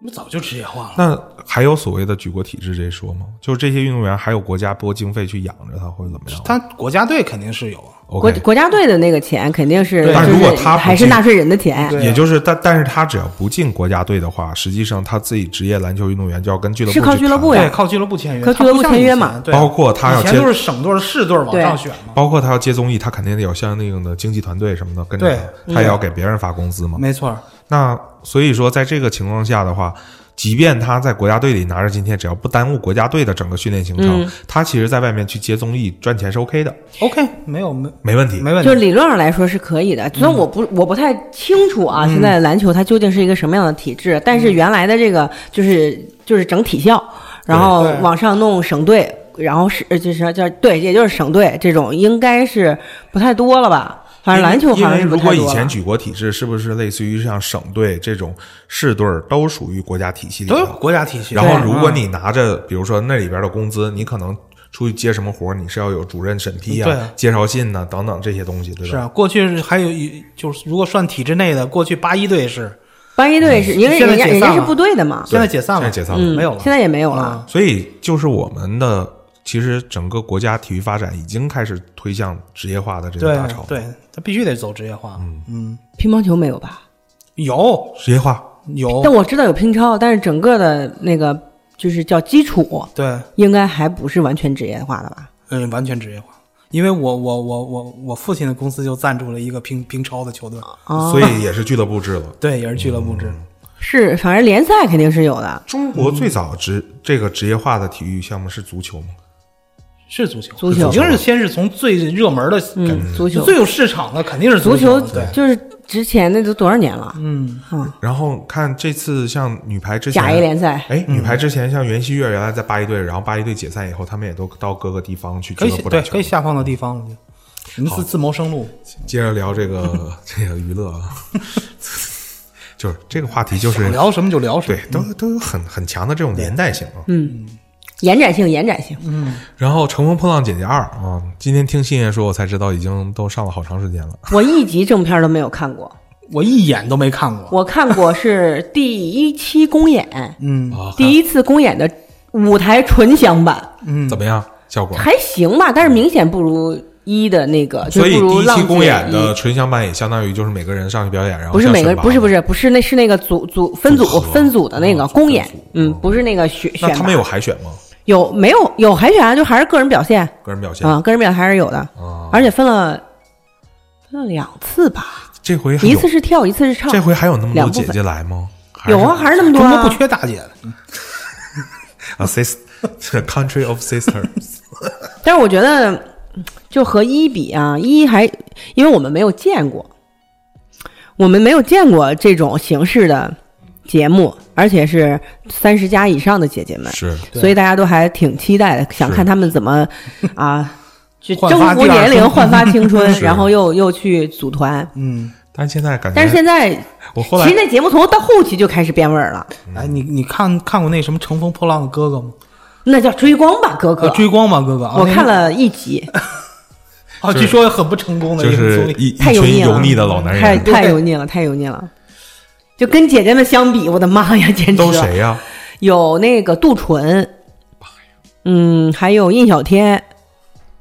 Speaker 3: 那早就职业化了。
Speaker 1: 那还有所谓的举国体制这一说吗？就是这些运动员还有国家拨经费去养着他，或者怎么样？
Speaker 3: 他国家队肯定是有，啊
Speaker 2: 国
Speaker 1: OK，
Speaker 2: 国家队的那个钱肯定是，
Speaker 3: 对
Speaker 2: 就
Speaker 1: 但
Speaker 2: 是
Speaker 1: 如果他不
Speaker 2: 还是
Speaker 1: 进
Speaker 2: 纳税人的钱，
Speaker 3: 对啊
Speaker 1: 也就是但但是他只要不进国家队的话，实际上他自己职业篮球运动员就要跟俱乐部
Speaker 2: 是靠
Speaker 1: 去
Speaker 2: 俱乐
Speaker 1: 谈
Speaker 2: 部呀
Speaker 1: 判
Speaker 3: 对，靠俱乐部签约，
Speaker 2: 和俱乐部签约嘛
Speaker 3: 他不像以前对啊
Speaker 1: 包括他要
Speaker 3: 以前
Speaker 1: 签
Speaker 3: 都是省队、市队往上选嘛，
Speaker 1: 包括他要接综艺，他肯定得有相应的经纪团队什么的跟着他，
Speaker 3: 对
Speaker 1: 他也要给别人发工资嘛。
Speaker 3: 没错儿。
Speaker 1: 那所以说，在这个情况下的话，即便他在国家队里拿着津贴，只要不耽误国家队的整个训练行程，
Speaker 2: 嗯
Speaker 1: 他其实在外面去接综艺赚钱是 OK 的，
Speaker 3: OK，没有没
Speaker 1: 没问题。
Speaker 3: 没问
Speaker 2: 就是
Speaker 3: 题。
Speaker 2: 理论上来说是可以
Speaker 1: 嗯
Speaker 2: 的。虽然我不我不太清楚啊，现在的篮球它究竟是一个什么样的体制，但
Speaker 1: 嗯
Speaker 2: 是原来的这个就是就是整体校，然后
Speaker 3: 对
Speaker 2: 往上弄省队。然后是呃就是叫对，也就是省队这种，应该是不太多了吧？反正篮球好
Speaker 1: 因
Speaker 2: 像
Speaker 1: 为
Speaker 2: 是不
Speaker 1: 如
Speaker 2: 太多
Speaker 1: 果
Speaker 2: 了。
Speaker 1: 以前举国体制，是不是类似于像省队这种市队儿都属于国家体系里
Speaker 3: 都有
Speaker 1: 头？
Speaker 3: 国家体系，
Speaker 1: 然后
Speaker 3: 对啊
Speaker 1: 如果你拿着，比如说那里边的工资，你可能出去接什么活儿，你是要有主任审批
Speaker 3: 对
Speaker 1: 啊
Speaker 3: 啊、
Speaker 1: 介绍信呐、等等这些东西，
Speaker 3: 嗯
Speaker 1: 对
Speaker 3: 是
Speaker 1: 吧？
Speaker 3: 啊，过去是还有一就是如果算体制内的，过去八一队是
Speaker 2: 八一队是
Speaker 1: 嗯
Speaker 2: 因为
Speaker 3: 现在
Speaker 2: 人家
Speaker 3: 解
Speaker 2: 人
Speaker 3: 散
Speaker 2: 家是
Speaker 3: 了
Speaker 2: 部队的嘛，
Speaker 3: 现在解散了，
Speaker 1: 现在解散了
Speaker 2: 嗯
Speaker 3: 没有了，
Speaker 2: 现在也没有了。
Speaker 3: 啊
Speaker 1: 所以就是我们的，其实整个国家体育发展已经开始推向职业化的这个
Speaker 3: 对
Speaker 1: 大潮，，
Speaker 3: 对，他必须得走职业化。嗯，
Speaker 2: 乒乓球没有吧？
Speaker 3: 有
Speaker 1: 职业化
Speaker 3: 有
Speaker 1: 哦
Speaker 2: 但我知道有乒超，但是整个的那个就是叫基础，
Speaker 3: 对，
Speaker 2: 应该还不是完全职业化的吧？
Speaker 3: 嗯，完全职业化。因为我我我我我父亲的公司就赞助了一个乒乒超的球队，
Speaker 2: 啊，
Speaker 1: 所以也是俱乐部制了。
Speaker 3: 对，也是俱乐部
Speaker 1: 嗯
Speaker 3: 制。
Speaker 2: 是，反正联赛肯定是有的，
Speaker 1: 中国最早职这个职业化的体育项目是足球吗？
Speaker 3: 是足球，
Speaker 2: 足球
Speaker 3: 肯定是先是从最热门的，
Speaker 2: 嗯，足球
Speaker 3: 最有市场的肯定是
Speaker 2: 足
Speaker 3: 球
Speaker 2: 球
Speaker 3: 对，
Speaker 2: 就是之前那都多少年了？
Speaker 3: 嗯，
Speaker 2: 嗯，
Speaker 1: 然后看这次像女排之前
Speaker 2: 甲 A 联赛，
Speaker 1: 哎，
Speaker 3: 嗯
Speaker 1: 女排之前像袁熙月原来在八一队，然后八一队解散以后，他们也都到各个地方去
Speaker 3: 可
Speaker 1: 俱
Speaker 3: 以
Speaker 1: 乐部
Speaker 3: 对，
Speaker 1: 打
Speaker 3: 可
Speaker 1: 球
Speaker 3: 以。下放到地方了，你们自自谋生路。
Speaker 1: 接着聊这个 这个娱乐啊，就是这个话题就
Speaker 3: 想
Speaker 1: 是
Speaker 3: 聊什么就聊什么
Speaker 1: 对，，都都有很很强的这种连带性啊。
Speaker 2: 延展性，延展性，
Speaker 1: 嗯然后《乘风破浪姐姐二》
Speaker 2: 嗯
Speaker 1: 啊，今天听新爷说，我才知道已经都上了好长时间了。
Speaker 2: 我一集正片都没有看 过，
Speaker 3: 我一眼都没看过。
Speaker 2: 我看过是第一期公演，
Speaker 3: 嗯，
Speaker 1: 啊，
Speaker 2: 第一次公演的舞台纯享版，
Speaker 1: 看怎么样效果？
Speaker 2: 还行吧，但是明显不如一的那个，就
Speaker 1: 所以第
Speaker 2: 不如
Speaker 1: 一
Speaker 2: 浪
Speaker 1: 期
Speaker 2: 姐
Speaker 1: 公演
Speaker 2: 一
Speaker 1: 的纯享版也相当于就是每个人上去表演，然后
Speaker 2: 不是
Speaker 1: 向
Speaker 2: 每个
Speaker 1: 选拔
Speaker 2: 不是不
Speaker 1: 嘛，
Speaker 2: 是不是那是那个组组分组
Speaker 1: 组合
Speaker 2: 分组的那个
Speaker 1: 嗯
Speaker 2: 公演
Speaker 1: 分组，
Speaker 2: 嗯，不是那个选选
Speaker 1: 那他
Speaker 2: 拔
Speaker 1: 们有海选吗？
Speaker 2: 有没有有海选啊？就还是个人表现
Speaker 1: 个人表现
Speaker 2: 啊，个人表现还是有的，
Speaker 1: 啊，
Speaker 2: 而且分了分了两次吧，
Speaker 1: 这回还
Speaker 2: 一
Speaker 1: 有
Speaker 2: 次是跳，一次是唱，
Speaker 1: 这回还有那么多
Speaker 2: 两部
Speaker 1: 姐
Speaker 2: 分
Speaker 1: 姐来吗？还
Speaker 2: 有
Speaker 1: 是
Speaker 2: 啊，还是那么多
Speaker 3: 中国
Speaker 2: 啊
Speaker 3: 不缺大姐的，
Speaker 1: 嗯啊，sis，country of sisters，
Speaker 2: 但是我觉得，嗯就和一比啊，一还因为我们没有见过，我们没有见过这种形式的节目，而且是三十加以上的姐姐们，
Speaker 1: 是
Speaker 3: 对
Speaker 2: 所以大家都还挺期待的，想
Speaker 1: 是
Speaker 2: 看她们怎么 啊。去
Speaker 3: 焕
Speaker 2: 征
Speaker 3: 发
Speaker 2: 服
Speaker 3: 第二
Speaker 2: 年龄，
Speaker 3: 春
Speaker 2: 焕发青 春，
Speaker 1: 是
Speaker 2: 然后又又去组团。
Speaker 3: 嗯，
Speaker 1: 但是现在感觉，
Speaker 2: 但是现在，
Speaker 1: 我后来
Speaker 2: 其实那节目从头到后期就开始变味儿了，
Speaker 1: 嗯
Speaker 3: 哎，你你看看过那什么《乘风破浪的哥哥》吗？
Speaker 2: 那叫追光吧，哥哥
Speaker 3: 呃，。追光哎吧哥哥，啊
Speaker 2: 我
Speaker 3: 那
Speaker 2: 看了一集，
Speaker 3: 啊，
Speaker 1: 就
Speaker 3: 据
Speaker 1: 是
Speaker 3: 说很不成功的，
Speaker 1: 就
Speaker 3: 也很
Speaker 1: 是
Speaker 3: 综艺
Speaker 1: 一一
Speaker 2: 太油
Speaker 1: 群
Speaker 2: 腻了，
Speaker 1: 油腻的老男
Speaker 2: 太
Speaker 1: 人，
Speaker 2: 太油腻了，太油腻了。就跟姐姐们相比，我的妈呀， 简直
Speaker 1: 都
Speaker 2: 了！
Speaker 1: 谁呀？
Speaker 2: 有那个杜淳，嗯，还有印小天，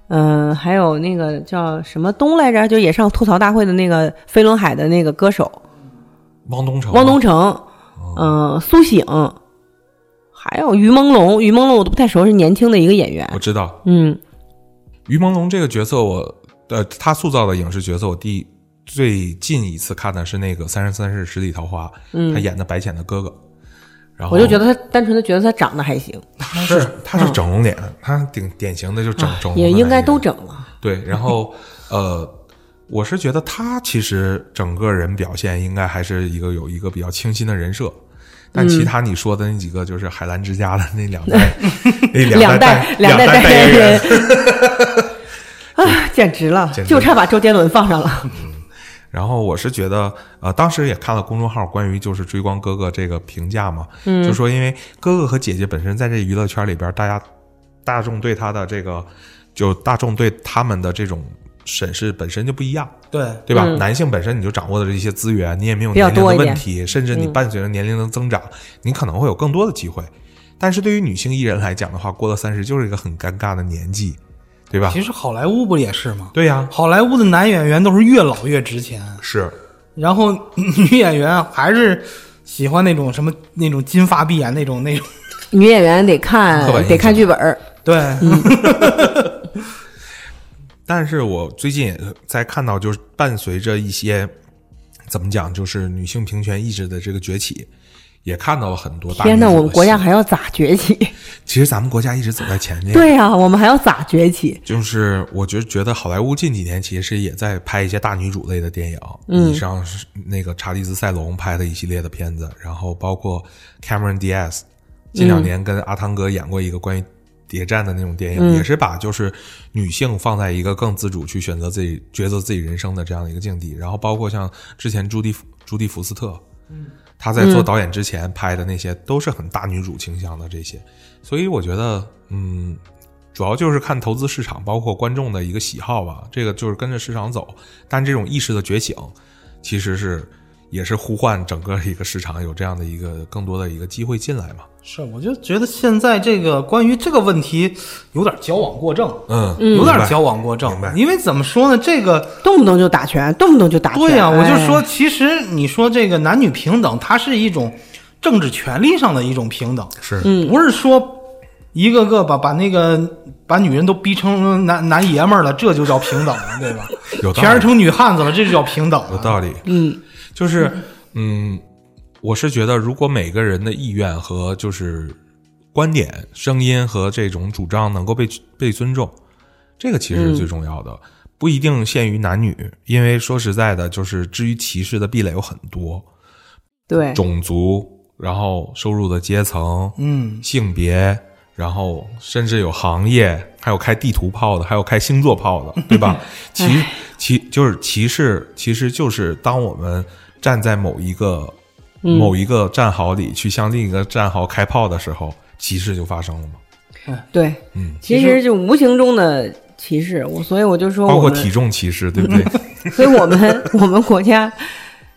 Speaker 2: 嗯、还有那个叫什么东来着，就也上吐槽大会的那个飞轮海的那个歌手
Speaker 1: 汪东城，
Speaker 2: 汪东城，
Speaker 1: 哦
Speaker 2: 嗯、苏醒，还有于朦胧，于朦胧我都不太熟，是年轻的一个演员
Speaker 1: 我，知道
Speaker 2: 嗯，
Speaker 1: 于朦胧这个角色我，呃，他塑造的影视角色，我第最近一次看的是那个《三生三世十里桃花》，他演的白浅的哥哥，然后
Speaker 2: 嗯我就觉得他单纯的觉得他长得还行，
Speaker 1: 他是他是整容脸，他顶典型的就整整容的
Speaker 2: 啊也应该
Speaker 1: 男
Speaker 2: 都
Speaker 1: 人
Speaker 2: 整了，
Speaker 1: 对，然后呃，我是觉得他其实整个人表现应该还是一个有一个比较清新的人设，但
Speaker 2: 嗯
Speaker 1: 其他你说的那几个就是海澜之家的那两代， 那
Speaker 2: 两
Speaker 1: 代
Speaker 2: 代
Speaker 1: 两
Speaker 2: 代
Speaker 1: 代
Speaker 2: 代
Speaker 1: 言
Speaker 2: 言
Speaker 1: 人，
Speaker 2: 人。 啊，简直了！
Speaker 1: 简直
Speaker 2: 就差把周杰伦放上了。
Speaker 1: 然后我是觉得，呃，当时也看了公众号关于就是追光哥哥这个评价嘛，嗯，就说因为哥哥和姐姐本身在这娱乐圈里边，大家大众对他的这个，就大众对他们的这种审视本身就不一样，
Speaker 3: 对
Speaker 1: 对吧？男性本身你就掌握的这些资源，你也没有
Speaker 2: 嗯比较
Speaker 1: 年龄
Speaker 2: 多
Speaker 1: 的
Speaker 2: 一
Speaker 1: 问
Speaker 2: 点嗯
Speaker 1: 题，甚至你伴随着年龄的增长，你可能会有更多的机会。但是对于女性艺人来讲的话，过了三十就是一个很尴尬的年纪，对吧
Speaker 3: 其？实好莱坞不也是吗？
Speaker 1: 对呀、
Speaker 3: 好莱坞的男演员都是越老越值钱，
Speaker 1: 是
Speaker 3: 然后女演员还是喜欢那种什么那种金发碧眼那种那种。
Speaker 2: 女演员得看
Speaker 1: 刻板印象
Speaker 2: 得看剧本儿，
Speaker 3: 对，
Speaker 1: 嗯但是我最近也在看到，就是伴随着一些怎么讲，就是女性平权意识的这个崛起，也看到了很多大
Speaker 2: 天
Speaker 1: 哪，
Speaker 2: 哪，我们国家还要咋 崛起？
Speaker 1: 其实咱们国家一直走在前面。，
Speaker 2: 对呀，我们还要咋崛起？
Speaker 1: 就是我觉得觉得好莱坞近几年其实也在拍一些大女主类的电影，嗯，像是那个查理兹塞隆拍的一系列的片子，然后包括 Cameron Diaz 近两年跟阿汤哥演过一个关于。谍战的那种电影，也是把就是女性放在一个更自主去选择自己、抉择自己人生的这样的一个境地。然后包括像之前朱迪朱迪福斯特，她在做导演之前拍的那些都是很大女主倾向的这些，所以我觉得，嗯，主要就是看投资市场，包括观众的一个喜好吧。这个就是跟着市场走，但这种意识的觉醒，其实是也是呼唤整个一个市场有这样的一个更多的一个机会进来嘛。
Speaker 3: 是，我就觉得现在这个关于这个问题有点矫枉过正，
Speaker 1: 嗯，
Speaker 3: 有点
Speaker 1: 明白
Speaker 3: 矫枉过正
Speaker 1: 明白。
Speaker 3: 因为怎么说呢，这个
Speaker 2: 动不动就打
Speaker 1: 啊
Speaker 2: 拳，动不动就打拳。
Speaker 3: 对呀、我就
Speaker 2: 哎
Speaker 3: 说，其实你说这个男女平等，它是一种政治权利上的一种平等，
Speaker 1: 是
Speaker 3: 不是说一个个把把那个把女人都逼成男男爷们儿了，这就叫平等了，对吧？
Speaker 1: 有道
Speaker 3: 全是
Speaker 1: 理，
Speaker 3: 成女汉子了，这就叫平等
Speaker 1: 有
Speaker 3: 了。
Speaker 1: 道理。
Speaker 2: 嗯，
Speaker 1: 就是，嗯，我是觉得，如果每个人的意愿和就是观点、声音和这种主张能够被被尊重，这个其实是
Speaker 2: 嗯
Speaker 1: 最重要的，不一定限于男女，因为说实在的，就是至于歧视的壁垒有很多，
Speaker 2: 对，
Speaker 1: 种族，然后收入的阶层，
Speaker 3: 嗯，
Speaker 1: 性别，然后甚至有行业，还有开地图炮的，还有开星座炮 的，对吧？其
Speaker 2: 哎
Speaker 1: 其就是歧视，其实就是当我们站在某一个、
Speaker 2: 嗯
Speaker 1: 某一个战壕里去向另一个战壕开炮的时候，歧视就发生了嘛。
Speaker 2: 对，
Speaker 1: 嗯，
Speaker 2: 其实就无形中的歧视，我所以我就说
Speaker 1: 包
Speaker 2: 我
Speaker 1: 括体
Speaker 2: 们，
Speaker 1: 重歧视，对不对？
Speaker 2: 所以我们我们国家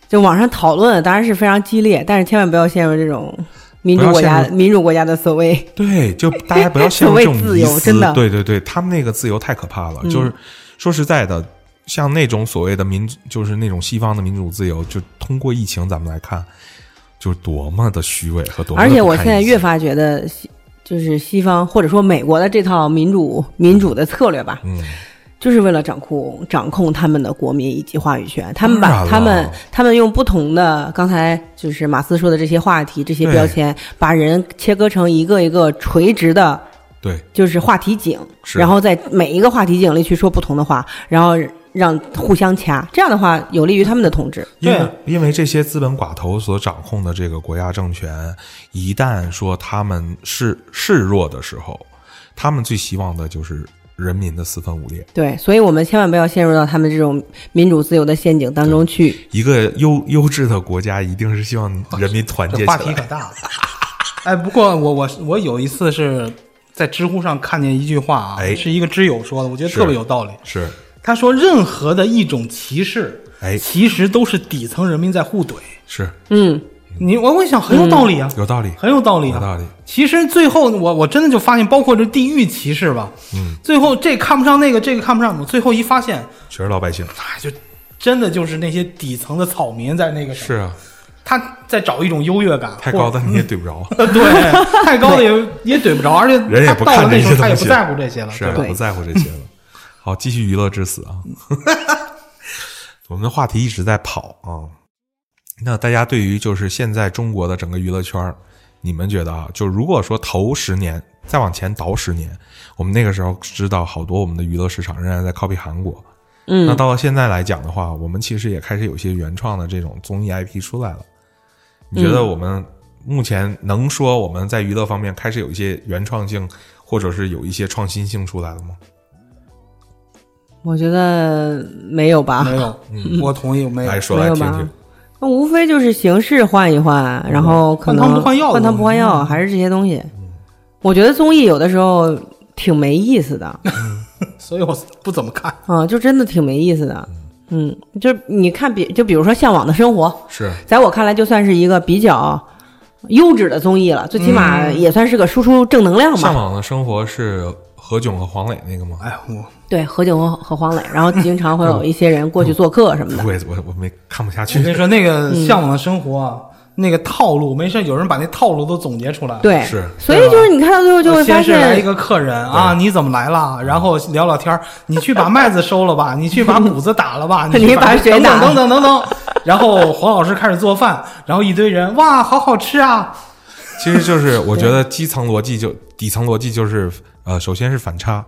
Speaker 2: 就网上讨论当然是非常激烈，但是千万不要陷入这种民
Speaker 1: 不
Speaker 2: 主
Speaker 1: 要
Speaker 2: 国家
Speaker 1: 陷入
Speaker 2: 民主国家的所谓
Speaker 1: 对，就大家不要陷入
Speaker 2: 所
Speaker 1: 这
Speaker 2: 谓
Speaker 1: 种
Speaker 2: 自
Speaker 1: 迷
Speaker 2: 由
Speaker 1: 思。
Speaker 2: 真的嗯
Speaker 1: 对对对，他们那个自由太可怕了。就是说实在的，像那种所谓的民主，就是那种西方的民主自由，就通过疫情咱们来看，就是多么的虚伪和多么的不堪
Speaker 2: 而
Speaker 1: 一击。
Speaker 2: 且我现在越发觉得西，就是西方或者说美国的这套民主民主的策略吧，
Speaker 1: 嗯，
Speaker 2: 就是为了掌控掌控他们的国民以及话语权。他们
Speaker 1: 当然
Speaker 2: 把
Speaker 1: 了
Speaker 2: 他们他们用不同的刚才就是马斯说的这些话题、这些
Speaker 1: 对
Speaker 2: 标签，把人切割成一个一个垂直的，
Speaker 1: 对，
Speaker 2: 就是话题井，
Speaker 1: 是
Speaker 2: 然后在每一个话题井里去说不同的话，然后让互相掐。这样的话有利于他们的统治。
Speaker 1: 因
Speaker 3: 对
Speaker 1: 为
Speaker 3: 啊
Speaker 1: 因为这些资本寡头所掌控的这个国家政权，一旦说他们示示弱的时候，他们最希望的就是人民的四分五裂。
Speaker 2: 对，所以我们千万不要陷入到他们这种民主自由的陷阱当中去。
Speaker 1: 一个优优质的国家一定是希望人民团结
Speaker 3: 这
Speaker 1: 起
Speaker 3: 话题
Speaker 1: 来。
Speaker 3: 可大了。 哎，不过我我我有一次是在知乎上看见一句话啊，
Speaker 1: 哎
Speaker 3: 是一个知友说的，我觉得
Speaker 1: 是
Speaker 3: 特别有道理。
Speaker 1: 是，
Speaker 3: 他说，任何的一种歧视，
Speaker 1: 哎
Speaker 3: 其实都是底层人民在互怼。
Speaker 1: 是
Speaker 2: 嗯，
Speaker 3: 你我我想很有道理啊，
Speaker 1: 有道理，
Speaker 3: 很有道理啊，
Speaker 1: 嗯有道理。
Speaker 3: 其实最后我我真的就发现，包括这地域歧视吧，
Speaker 1: 嗯，
Speaker 3: 最后这看不上那个，这个看不上我，最后一发现，
Speaker 1: 全是老百姓。
Speaker 3: 哎，就真的就是那些底层的草民在那个什么
Speaker 1: 是啊，
Speaker 3: 他在找一种优越感，
Speaker 1: 太高的
Speaker 3: 或呃
Speaker 1: 你也怼不 着，
Speaker 3: 对，太高的也也怼不着，而且
Speaker 1: 人也
Speaker 3: 他
Speaker 1: 不
Speaker 3: 到
Speaker 1: 看
Speaker 3: 了那
Speaker 1: 这
Speaker 3: 时
Speaker 1: 些
Speaker 3: 候他也
Speaker 1: 东
Speaker 3: 不
Speaker 1: 西，
Speaker 3: 在乎这些了，
Speaker 1: 是
Speaker 3: 对
Speaker 1: 啊
Speaker 3: 吧？
Speaker 2: 对
Speaker 1: 不在乎这些了。好，继续娱乐至死啊！ 我们的话题一直在跑啊。那大家对于就是现在中国的整个娱乐圈儿，你们觉得啊，就如果说头十年再往前倒十年，我们那个时候知道好多我们的娱乐市场仍然在 copy 韩国，
Speaker 2: 嗯
Speaker 1: 那到了现在来讲的话，我们其实也开始有一些原创的这种综艺 IP 出来了。你觉得我们目前能说我们在娱乐方面开始有一些原创性，或者是有一些创新性出来了吗？
Speaker 2: 我觉得没有吧，
Speaker 3: 没有，我同意，没
Speaker 1: 嗯
Speaker 3: 有
Speaker 1: 来。说
Speaker 2: 没
Speaker 1: 来
Speaker 2: 有
Speaker 1: 听
Speaker 2: 吧
Speaker 1: 听。
Speaker 2: 那无非就是形式换一换，然后可能
Speaker 3: 嗯换汤不换药嗯
Speaker 2: 换汤不换药，还是这些东西。我觉得综艺有的时候挺没意思的
Speaker 3: 所以我不怎么看。
Speaker 2: 啊，就真的挺没意思的。嗯，就你看比，就比如说《向往的生活》，
Speaker 1: 是
Speaker 2: 在我看来就算是一个比较优质的综艺了，最起码
Speaker 3: 嗯
Speaker 2: 也算是个输出正能量
Speaker 1: 《
Speaker 2: 吧
Speaker 1: 向。往的生活》是何炅和黄磊那 个吗？
Speaker 3: 哎， 我
Speaker 2: 对，何炅和和黄磊，然后经常会
Speaker 3: 嗯
Speaker 2: 有一些人过去做客什么的。
Speaker 1: 我也我我没看不下
Speaker 3: 我跟你
Speaker 1: 去。
Speaker 3: 说，那个《向往的生活》啊，那个套路，没事，有人把那套路都总结出来了。
Speaker 2: 对，
Speaker 1: 是
Speaker 2: 所以就是你看到最后就会发
Speaker 3: 啊先是来一
Speaker 2: 现，
Speaker 3: 个客人啊，你怎么来了？然后聊聊天儿，你去把麦子收 了吧，你去把谷子打了 吧，
Speaker 2: 你
Speaker 3: 去
Speaker 2: 把谁
Speaker 3: 等
Speaker 2: 打
Speaker 3: 等等等等等。然后黄老师开始做饭，然后一堆人哇，好好吃啊！
Speaker 1: 其实就是我觉得基层逻辑就底层逻辑就是呃，首先是反差。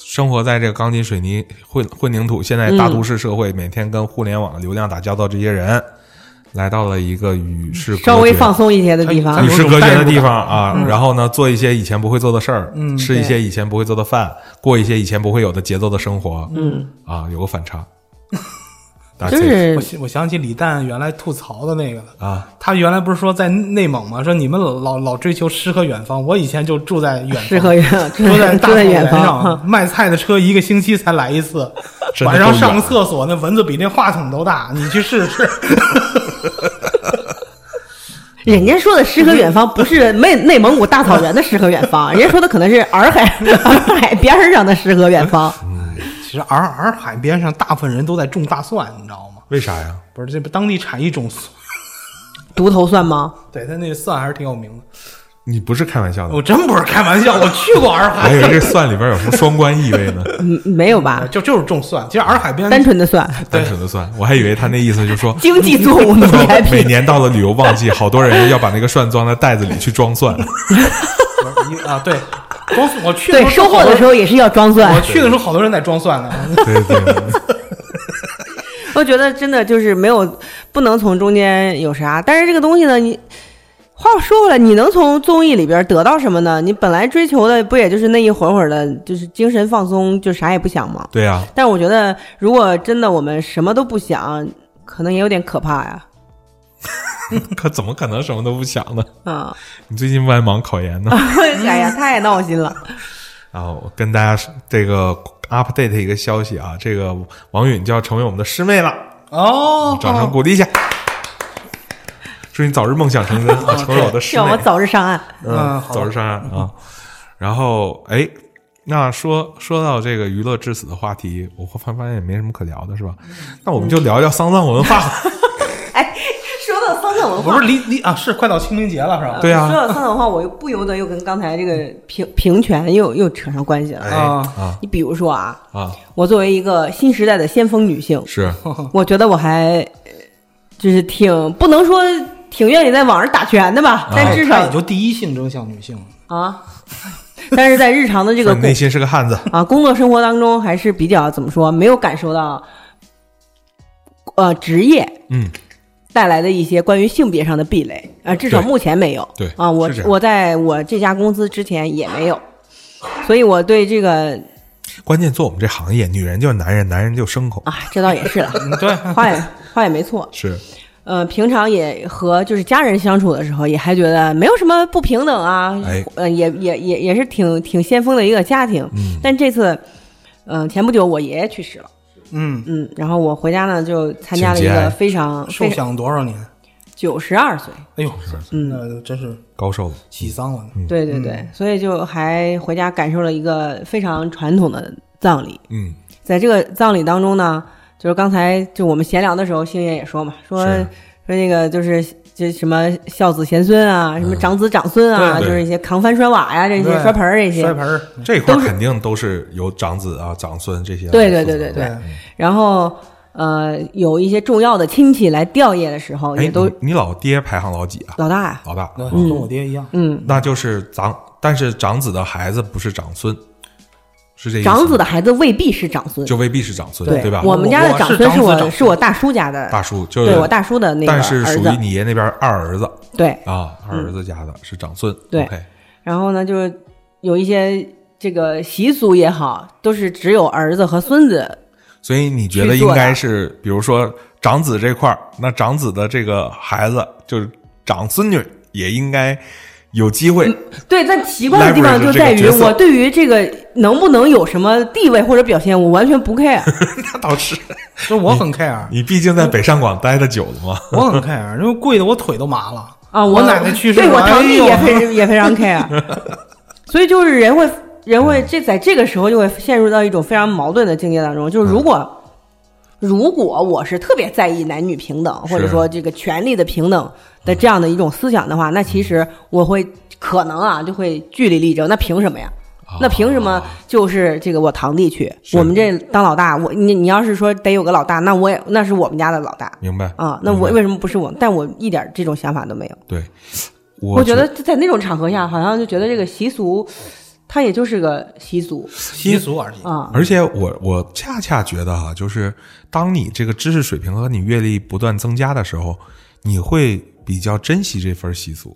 Speaker 1: 生活在这个钢筋水泥混混凝土，现在大都市社会，每天跟互联网流量打交道，这些人来到了一个与世隔
Speaker 2: 稍微
Speaker 1: 绝
Speaker 2: 放嗯松一些的地
Speaker 3: 哎
Speaker 2: 方
Speaker 1: 与
Speaker 3: 哎。
Speaker 1: 世隔绝的地方啊，然后呢，做一些以前不会做的事儿，吃一些以前不会做的饭，过一些以前不会有的节奏的生活，嗯，啊，有个反 差，That's
Speaker 2: 就
Speaker 1: it
Speaker 2: 是
Speaker 3: 啊我想我想起李诞原来吐槽的那个了。
Speaker 1: 啊，
Speaker 3: 他原来不是说在内蒙吗？说你们老老老追求诗和远方，我以前就住在远方，
Speaker 2: 诗和远方，
Speaker 3: 住在
Speaker 2: 住
Speaker 3: 大草
Speaker 2: 在
Speaker 3: 原
Speaker 2: 远
Speaker 3: 上啊
Speaker 2: 方，，
Speaker 3: 卖菜的车一个星期才来一次，
Speaker 1: 真的
Speaker 3: 晚上
Speaker 1: 够
Speaker 3: 上
Speaker 1: 远
Speaker 3: 个厕所那蚊子比那话筒都大，你去试 试。
Speaker 2: 人家说的诗和远方不是 内内蒙古大草原的诗和远方，人家说的可能是洱海 洱海边儿上的诗和远 方。
Speaker 3: 其实洱洱海边上大部分人都在种大蒜，你知道吗？
Speaker 1: 为啥呀？
Speaker 3: 不是这不当地产一种蒜，
Speaker 2: 独头蒜吗？
Speaker 3: 对他那个蒜还是挺有名的。
Speaker 1: 你不是开玩笑的，
Speaker 3: 我真不是开玩笑，我去过洱
Speaker 1: 我
Speaker 3: 海
Speaker 1: 以，为这蒜里边有什么双关意味呢？
Speaker 2: 嗯，没有吧？
Speaker 3: 就就是种蒜。其实洱海边
Speaker 2: 单纯的蒜，，
Speaker 1: 单纯的蒜，我还以为他那意思就是说
Speaker 2: 经济作 物的
Speaker 1: 说每
Speaker 2: VIP，
Speaker 1: 年到了旅游旺季，好多人要把那个蒜装在袋子里去装蒜。
Speaker 3: 不是一啊，对， 装我去的
Speaker 2: 对，
Speaker 3: 时候
Speaker 2: 收获的时候也是要装蒜
Speaker 3: 我。去的时候好多人在装 蒜呢。
Speaker 1: 对对对，
Speaker 2: 我觉得真的就是没有不能从中间有啥，但是这个东西呢，你话又说回来，你能从综艺里边得到什么呢？你本来追求的不也就是那一会儿会儿的，就是精神放松，就啥也不想吗？
Speaker 1: 对啊，
Speaker 2: 但是我觉得，如果真的我们什么都不想，可能也有点可怕呀。
Speaker 1: 可怎么可能什么都不想呢？
Speaker 2: 啊，
Speaker 1: 你最近不还忙考研呢？
Speaker 2: 哎呀，太闹心了。
Speaker 1: 啊，我跟大家说这个 update 一个消息啊，这个王允就要成为我们的师妹了，
Speaker 3: 哦，
Speaker 1: 掌声鼓励一下。祝你早日梦想成真啊，成为我的师
Speaker 2: 希望
Speaker 1: 妹
Speaker 2: 我，早日上岸。
Speaker 3: 嗯
Speaker 1: 嗯，
Speaker 3: 好
Speaker 1: 早日上岸啊。然后，哎，那说说到这个娱乐至死的话题，我发发现也没什么可聊的，是吧？那我们就聊聊丧葬文化。
Speaker 2: 哎，说到丧葬文
Speaker 3: 不是离离啊，是快到清明节了是吧？
Speaker 1: 对啊
Speaker 2: 说到丧葬文化，我又不由得又跟刚才这个平平权又又扯上关系了。
Speaker 1: 哎
Speaker 3: 啊
Speaker 1: 啊
Speaker 2: 你比如说啊，
Speaker 1: 啊，
Speaker 2: 我作为一个新时代的先锋女性，
Speaker 1: 是
Speaker 2: 我觉得我还呃就是挺不能说挺愿意在网上打拳的
Speaker 1: 啊
Speaker 2: 吧，但至
Speaker 3: 她
Speaker 2: 少
Speaker 3: 哎也就第一性征向女性，
Speaker 2: 啊，但是在日常的这个
Speaker 1: 你内心是个汉子，
Speaker 2: 啊，工作生活当中还是比较怎么说，没有感受到，呃，职业
Speaker 1: 嗯，
Speaker 2: 带来的一些关于性别上的壁垒啊、至少
Speaker 1: 对
Speaker 2: 目前没有。
Speaker 1: 对
Speaker 2: 啊，我
Speaker 1: 是这样
Speaker 2: 我在我这家公司之前也没有，
Speaker 1: 啊
Speaker 2: 所以我对这个
Speaker 1: 关键做我们这行业，女人就是男人，男人就是牲口，
Speaker 2: 啊，这倒也是了，
Speaker 3: 嗯对，
Speaker 2: 话也话也没错。
Speaker 1: 是
Speaker 2: 呃，平常也和就是家人相处的时候，也还觉得没有什么不平等啊，
Speaker 1: 哎
Speaker 2: 呃，也也也也是挺挺先锋的一个家庭。
Speaker 1: 嗯
Speaker 2: 但这次，嗯、前不久我爷爷去世了。
Speaker 3: 嗯，
Speaker 2: 嗯，然后我回家呢就参加了一
Speaker 1: 请节哀
Speaker 2: 个非常
Speaker 3: 受
Speaker 2: 非常
Speaker 3: 享多少年？
Speaker 2: 九十二岁，嗯
Speaker 3: 哎呦，那真是
Speaker 1: 高寿。
Speaker 3: 喜丧了。
Speaker 2: 对对对，所以就还回家感受了一个非常传统的葬礼。
Speaker 1: 嗯，
Speaker 2: 在这个葬礼当中呢，就是刚才就我们闲聊的时候，星爷也说嘛，说
Speaker 1: 是
Speaker 2: 说那个就是这什么孝子贤孙啊，什么长子长孙啊，
Speaker 1: 嗯对
Speaker 2: 就是一些扛翻摔瓦呀、这些
Speaker 3: 对
Speaker 2: 摔盆儿这些
Speaker 3: 摔。盆儿，
Speaker 1: 这块儿肯定都是由长子啊、长孙这些。
Speaker 2: 对对对对
Speaker 1: 对。
Speaker 3: 对，
Speaker 2: 然后呃，有一些重要的亲戚来吊唁的时候，
Speaker 1: 哎，
Speaker 2: 也都
Speaker 1: 你你老爹排行老几啊？
Speaker 2: 老大呀、
Speaker 1: 老大，
Speaker 3: 那跟我爹一样，
Speaker 2: 嗯，
Speaker 1: 那就是长，但是长子的孩子不是长孙，是这意思吗
Speaker 2: 长子的孩子未必是长孙，
Speaker 1: 就未必是长孙，
Speaker 2: 对
Speaker 1: 吧？
Speaker 2: 我们家的
Speaker 3: 我是
Speaker 2: 孙
Speaker 3: 长
Speaker 2: 是
Speaker 3: 子
Speaker 2: 我
Speaker 3: 长孙
Speaker 2: 是我大叔家的，
Speaker 1: 大叔就是，
Speaker 2: 对我大叔的那个
Speaker 1: 但是
Speaker 2: 儿
Speaker 1: 属
Speaker 2: 子
Speaker 1: 于你爷那边二儿子
Speaker 2: 对。
Speaker 1: 啊，二儿子家的是长孙。
Speaker 2: 对
Speaker 1: OK，
Speaker 2: 然后呢，就是有一些这个习俗也好，都是只有儿子和孙子。
Speaker 1: 所以你觉得
Speaker 2: 去
Speaker 1: 应
Speaker 2: 做的
Speaker 1: 该是，比如说长子这块儿，那长子的这个孩子就是长孙女，也应该有机会
Speaker 2: 对，但奇怪的地方
Speaker 1: Leverage
Speaker 2: 就
Speaker 1: 这
Speaker 2: 在于，
Speaker 1: 个角色
Speaker 2: 我对于这个能不能有什么地位或者表现，我完全不 care。
Speaker 1: 那倒是，
Speaker 3: 就我很 care，
Speaker 1: 你毕竟
Speaker 2: 嗯
Speaker 1: 在北上广待的久了嘛。
Speaker 3: 我很 care，因为跪的我腿都麻了
Speaker 2: 啊，
Speaker 3: 我
Speaker 2: 我
Speaker 3: 奶奶去世，
Speaker 2: 对我
Speaker 3: 哎
Speaker 2: 堂弟
Speaker 3: 呦
Speaker 2: 也非也非常 care，所以就是人会人会这在这个时候就会陷入到一种非常矛盾的境界当中，就是如果、
Speaker 3: 嗯
Speaker 2: 如果我是特别在意男女平等或者
Speaker 1: 是
Speaker 2: 说这个权利的平等的这样的一种思想的话，那其实我会可能啊就会据理力争，那凭什么呀？
Speaker 3: 哦
Speaker 2: 那
Speaker 1: 啊
Speaker 2: 凭什么就是这个我堂弟去？
Speaker 1: 是
Speaker 2: 我们这当老大，我你你要是说得有个老大，那我也那是我们家的老大
Speaker 1: 明白
Speaker 2: 啊，那
Speaker 1: 明
Speaker 2: 我
Speaker 3: 嗯
Speaker 1: 白
Speaker 2: 为什么不是我？但我一点这种想法都没有。
Speaker 1: 对，
Speaker 2: 我
Speaker 1: 我
Speaker 2: 觉得在那种场合下，好像就觉得这个习俗，它也就是个习俗
Speaker 3: 习俗而已。
Speaker 2: 啊。
Speaker 1: 而且我我恰恰觉得哈、就是当你这个知识水平和你阅历不断增加的时候，你会比较珍惜这份习俗。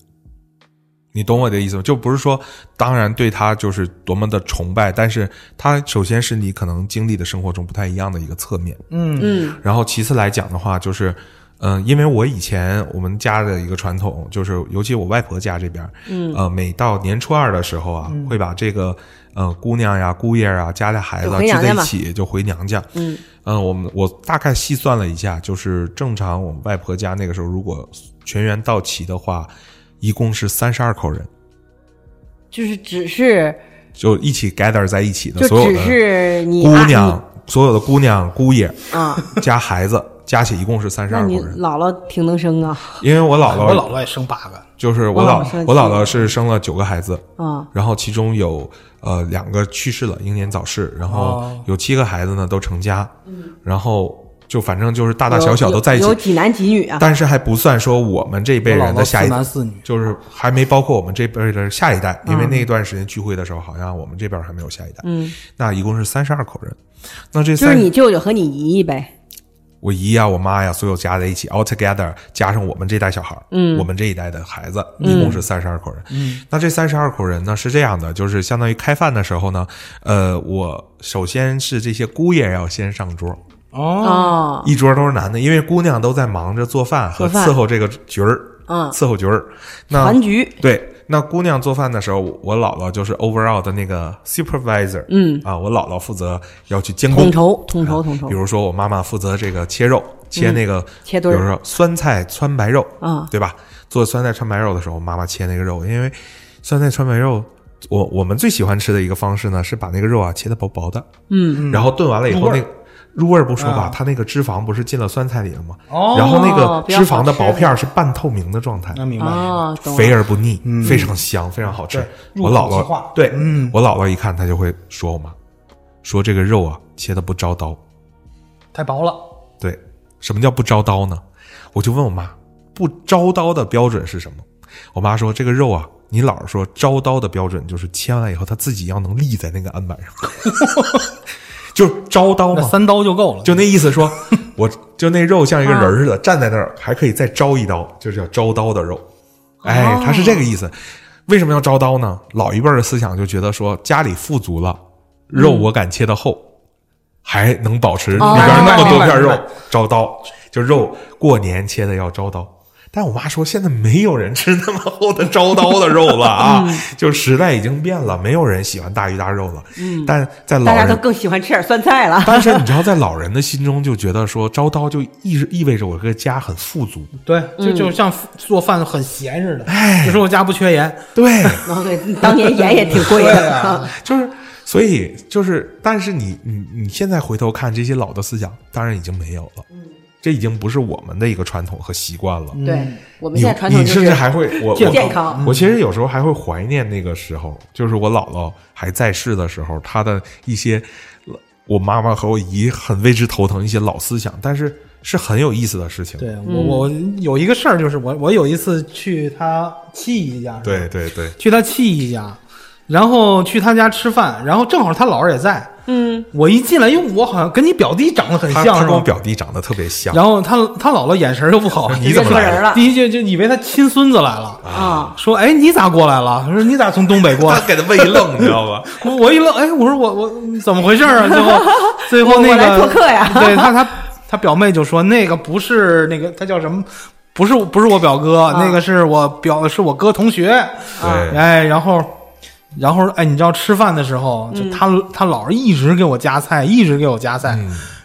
Speaker 1: 你懂我的意思吗？就不是说，当然对他就是多么的崇拜，但是他首先是你可能经历的生活中不太一样的一个侧面，
Speaker 3: 嗯，
Speaker 2: 嗯，
Speaker 1: 然后其次来讲的话，就是，嗯、因为我以前我们家的一个传统，就是尤其我外婆家这边，嗯，呃，每到年初二的时候啊，
Speaker 2: 嗯
Speaker 1: 会把这个，呃，姑娘呀、姑爷啊、家里孩子
Speaker 2: 就
Speaker 1: 啊
Speaker 2: 回
Speaker 1: 聚
Speaker 2: 娘
Speaker 1: 在
Speaker 2: 家
Speaker 1: 一
Speaker 2: 嘛
Speaker 1: 起，就回娘家。嗯，我们我大概细算了一下，就是正常我们外婆家那个时候，如果全员到齐的话，一共是三十二口人，
Speaker 2: 就是只是
Speaker 1: 就一起 gather 在一起的
Speaker 2: 就
Speaker 1: 所有
Speaker 2: 只
Speaker 1: 的
Speaker 2: 是你啊
Speaker 1: 姑
Speaker 2: 阿姨
Speaker 1: 娘、所有的姑娘、姑爷
Speaker 2: 啊，
Speaker 1: 加孩子加起一共是三十
Speaker 2: 那
Speaker 1: 二
Speaker 2: 你
Speaker 1: 口人。
Speaker 2: 姥姥挺能生啊
Speaker 1: 因为我姥
Speaker 3: 我
Speaker 1: 姥
Speaker 3: 姥姥也生八个，
Speaker 1: 就是我
Speaker 2: 我
Speaker 1: 姥
Speaker 2: 姥姥生
Speaker 1: 我姥
Speaker 2: 七
Speaker 1: 姥
Speaker 2: 个
Speaker 1: 是生了九个孩子，
Speaker 2: 啊！
Speaker 1: 然后其中有呃两个去世了，英年早逝，然后
Speaker 3: 哦
Speaker 1: 有七个孩子呢都成家，然后就反正就是大大小小
Speaker 2: 有
Speaker 1: 都在一起
Speaker 2: 有，几男几女啊？
Speaker 1: 但是还不算说我们这辈
Speaker 3: 我姥
Speaker 1: 人
Speaker 3: 姥
Speaker 1: 的下
Speaker 3: 四
Speaker 1: 一
Speaker 3: 男四女，
Speaker 1: 就是还没包括我们这辈儿的下一代，因为那段时间聚会的时候，好像我们这边儿还没有下一代。
Speaker 2: 嗯，
Speaker 1: 那一共是三十二口人。那这
Speaker 2: 就
Speaker 1: 三
Speaker 2: 是你舅舅和你姨姨呗。
Speaker 1: 我姨啊呀、我妈呀，所有加在一起，all together 加上我们这代小孩儿，
Speaker 2: 嗯
Speaker 1: 我们这一代的孩子，一共是三十二口人。嗯，那这三十二口人呢是这样的，就是相当于开饭的时候呢，呃，我首先是这些姑爷要先上桌，
Speaker 2: 啊
Speaker 3: 哦，
Speaker 2: 哦，
Speaker 1: 一桌都是男的，因为姑娘都在忙着做饭和
Speaker 2: 做饭
Speaker 1: 伺候这个局儿，
Speaker 2: 嗯
Speaker 1: 伺候局儿。那
Speaker 2: 团局，
Speaker 1: 对，那姑娘做饭的时候，我姥姥就是 overall 的那个 supervisor，
Speaker 2: 嗯
Speaker 1: 啊，我姥姥负责要去监
Speaker 2: 统
Speaker 1: 工，
Speaker 2: 筹，统筹，
Speaker 1: 啊
Speaker 2: 统筹
Speaker 1: 比。如说我妈妈负责这个切肉，切那个、
Speaker 2: 切墩儿
Speaker 1: 比如说酸菜川白肉，
Speaker 2: 啊
Speaker 1: 对吧？做酸菜川白肉的时候，我妈妈切那个肉，因为酸菜川白肉。我我们最喜欢吃的一个方式呢，是把那个肉啊切的薄薄的，
Speaker 2: 嗯，
Speaker 1: 然后炖完了以
Speaker 3: 入
Speaker 1: 后，
Speaker 3: 味儿
Speaker 1: 那个入味儿不说吧
Speaker 3: 啊，
Speaker 1: 它那个脂肪不是进了酸菜里了吗？
Speaker 3: 哦
Speaker 1: 然后那个
Speaker 2: 比较
Speaker 1: 脂肪的
Speaker 2: 好吃
Speaker 1: 薄片儿是半透明的状态，
Speaker 3: 那明白了，
Speaker 2: 哦，懂了
Speaker 1: 肥而不腻，
Speaker 3: 嗯
Speaker 1: 非常香，非常好吃
Speaker 3: 对。入
Speaker 1: 我
Speaker 3: 口
Speaker 1: 姥
Speaker 3: 即化
Speaker 1: 姥对，
Speaker 3: 嗯
Speaker 1: 我姥姥一看，她就会说我妈，说这个肉啊切的不招刀。
Speaker 3: 太薄了，
Speaker 1: 对，什么叫不招刀呢？我就问我妈，不招刀的标准是什么？我妈说这个肉啊，你姥儿说招刀的标准就是切完以后它自己要能立在那个案板上， 就是招
Speaker 2: 嗯
Speaker 1: 刀
Speaker 3: 那
Speaker 1: 嘛。
Speaker 3: 三刀就够了，啊
Speaker 1: 就那意思 说，我就那肉像一个人儿似的站在那儿，还可以再招一刀，就是叫招刀的肉。
Speaker 3: 哦
Speaker 1: 哎，他是这个意思。为什么要招刀呢？老一辈儿的思想就觉得说，家里富足了，肉我敢切的厚，还能保持里边
Speaker 2: 哦
Speaker 1: 儿那么多片
Speaker 3: 明
Speaker 1: 肉
Speaker 3: 白明白，
Speaker 1: 招刀就肉过年切的要招刀。但我妈说，现在没有人吃那么厚的招刀的肉了啊，
Speaker 3: 嗯
Speaker 1: 就时代已经变了，没有人喜欢大鱼大肉了。嗯，但在老
Speaker 2: 大家
Speaker 1: 人
Speaker 2: 都更喜欢吃点酸菜 了。
Speaker 1: 但是你知道，在老人的心中就觉得说招刀就意意味着我这个家很富足，
Speaker 3: 对，
Speaker 2: 嗯
Speaker 3: 就就像做饭很咸似的，
Speaker 1: 哎
Speaker 3: 就说我家不缺盐，
Speaker 1: 对，
Speaker 2: 哦，对，当年盐也挺贵
Speaker 3: 对
Speaker 2: 的。
Speaker 3: 啊
Speaker 1: 就是所以就是，但是你你你现在回头看这些老的思想，当然已经没有了，这已经不是我们的一个传统和习惯了。
Speaker 2: 对，嗯我
Speaker 1: 嗯
Speaker 2: 们
Speaker 1: 你
Speaker 2: 现在传统
Speaker 1: 你
Speaker 2: 就
Speaker 1: 甚
Speaker 2: 是
Speaker 1: 至还会我
Speaker 3: 健
Speaker 1: 我
Speaker 2: 健康，嗯
Speaker 1: 我其实有时候还会怀念那个时候，就是我姥姥还在世的时候，她的一些我妈妈和我姨很为之头疼一些老思想，但是是很有意思的事情。
Speaker 3: 对我
Speaker 2: 嗯
Speaker 3: 我我有一个事儿，就是我我有一次去他七姨家，
Speaker 1: 对对对，
Speaker 3: 去他七姨家，然后去他家吃饭，然后正好他姥儿也在，
Speaker 2: 嗯，
Speaker 3: 我一进来，因为我好像跟你表弟长得很
Speaker 1: 他
Speaker 3: 像，
Speaker 1: 他
Speaker 3: 是
Speaker 1: 跟我
Speaker 3: 吧？
Speaker 1: 表弟长得特别像，
Speaker 3: 然后他他姥姥眼神儿就不好，
Speaker 1: 你怎么
Speaker 2: 认错
Speaker 1: 来
Speaker 2: 人
Speaker 1: 了？
Speaker 2: 了
Speaker 3: 第一句就以为他亲孙子来了，
Speaker 2: 啊？
Speaker 3: 说：“哎，你咋过来了？”他说：“你咋从东北过
Speaker 1: 他
Speaker 3: 来
Speaker 1: 给他问一愣，你知道吧？？”
Speaker 3: 我我一愣，哎，我说我我怎么回事儿啊？最后最后
Speaker 2: 我
Speaker 3: 那
Speaker 2: 我来
Speaker 3: 个
Speaker 2: 做客呀
Speaker 3: 对他他他表妹就说那个不是那个他叫什么？不是不是我表哥，
Speaker 2: 啊
Speaker 3: 那个是我表是我哥同学。
Speaker 1: 对，
Speaker 3: 哎，然后，然后，哎，你知道吃饭的时候，就
Speaker 2: 嗯
Speaker 3: 他、他姥儿一直给我夹菜，一直给我夹
Speaker 1: 嗯
Speaker 3: 菜，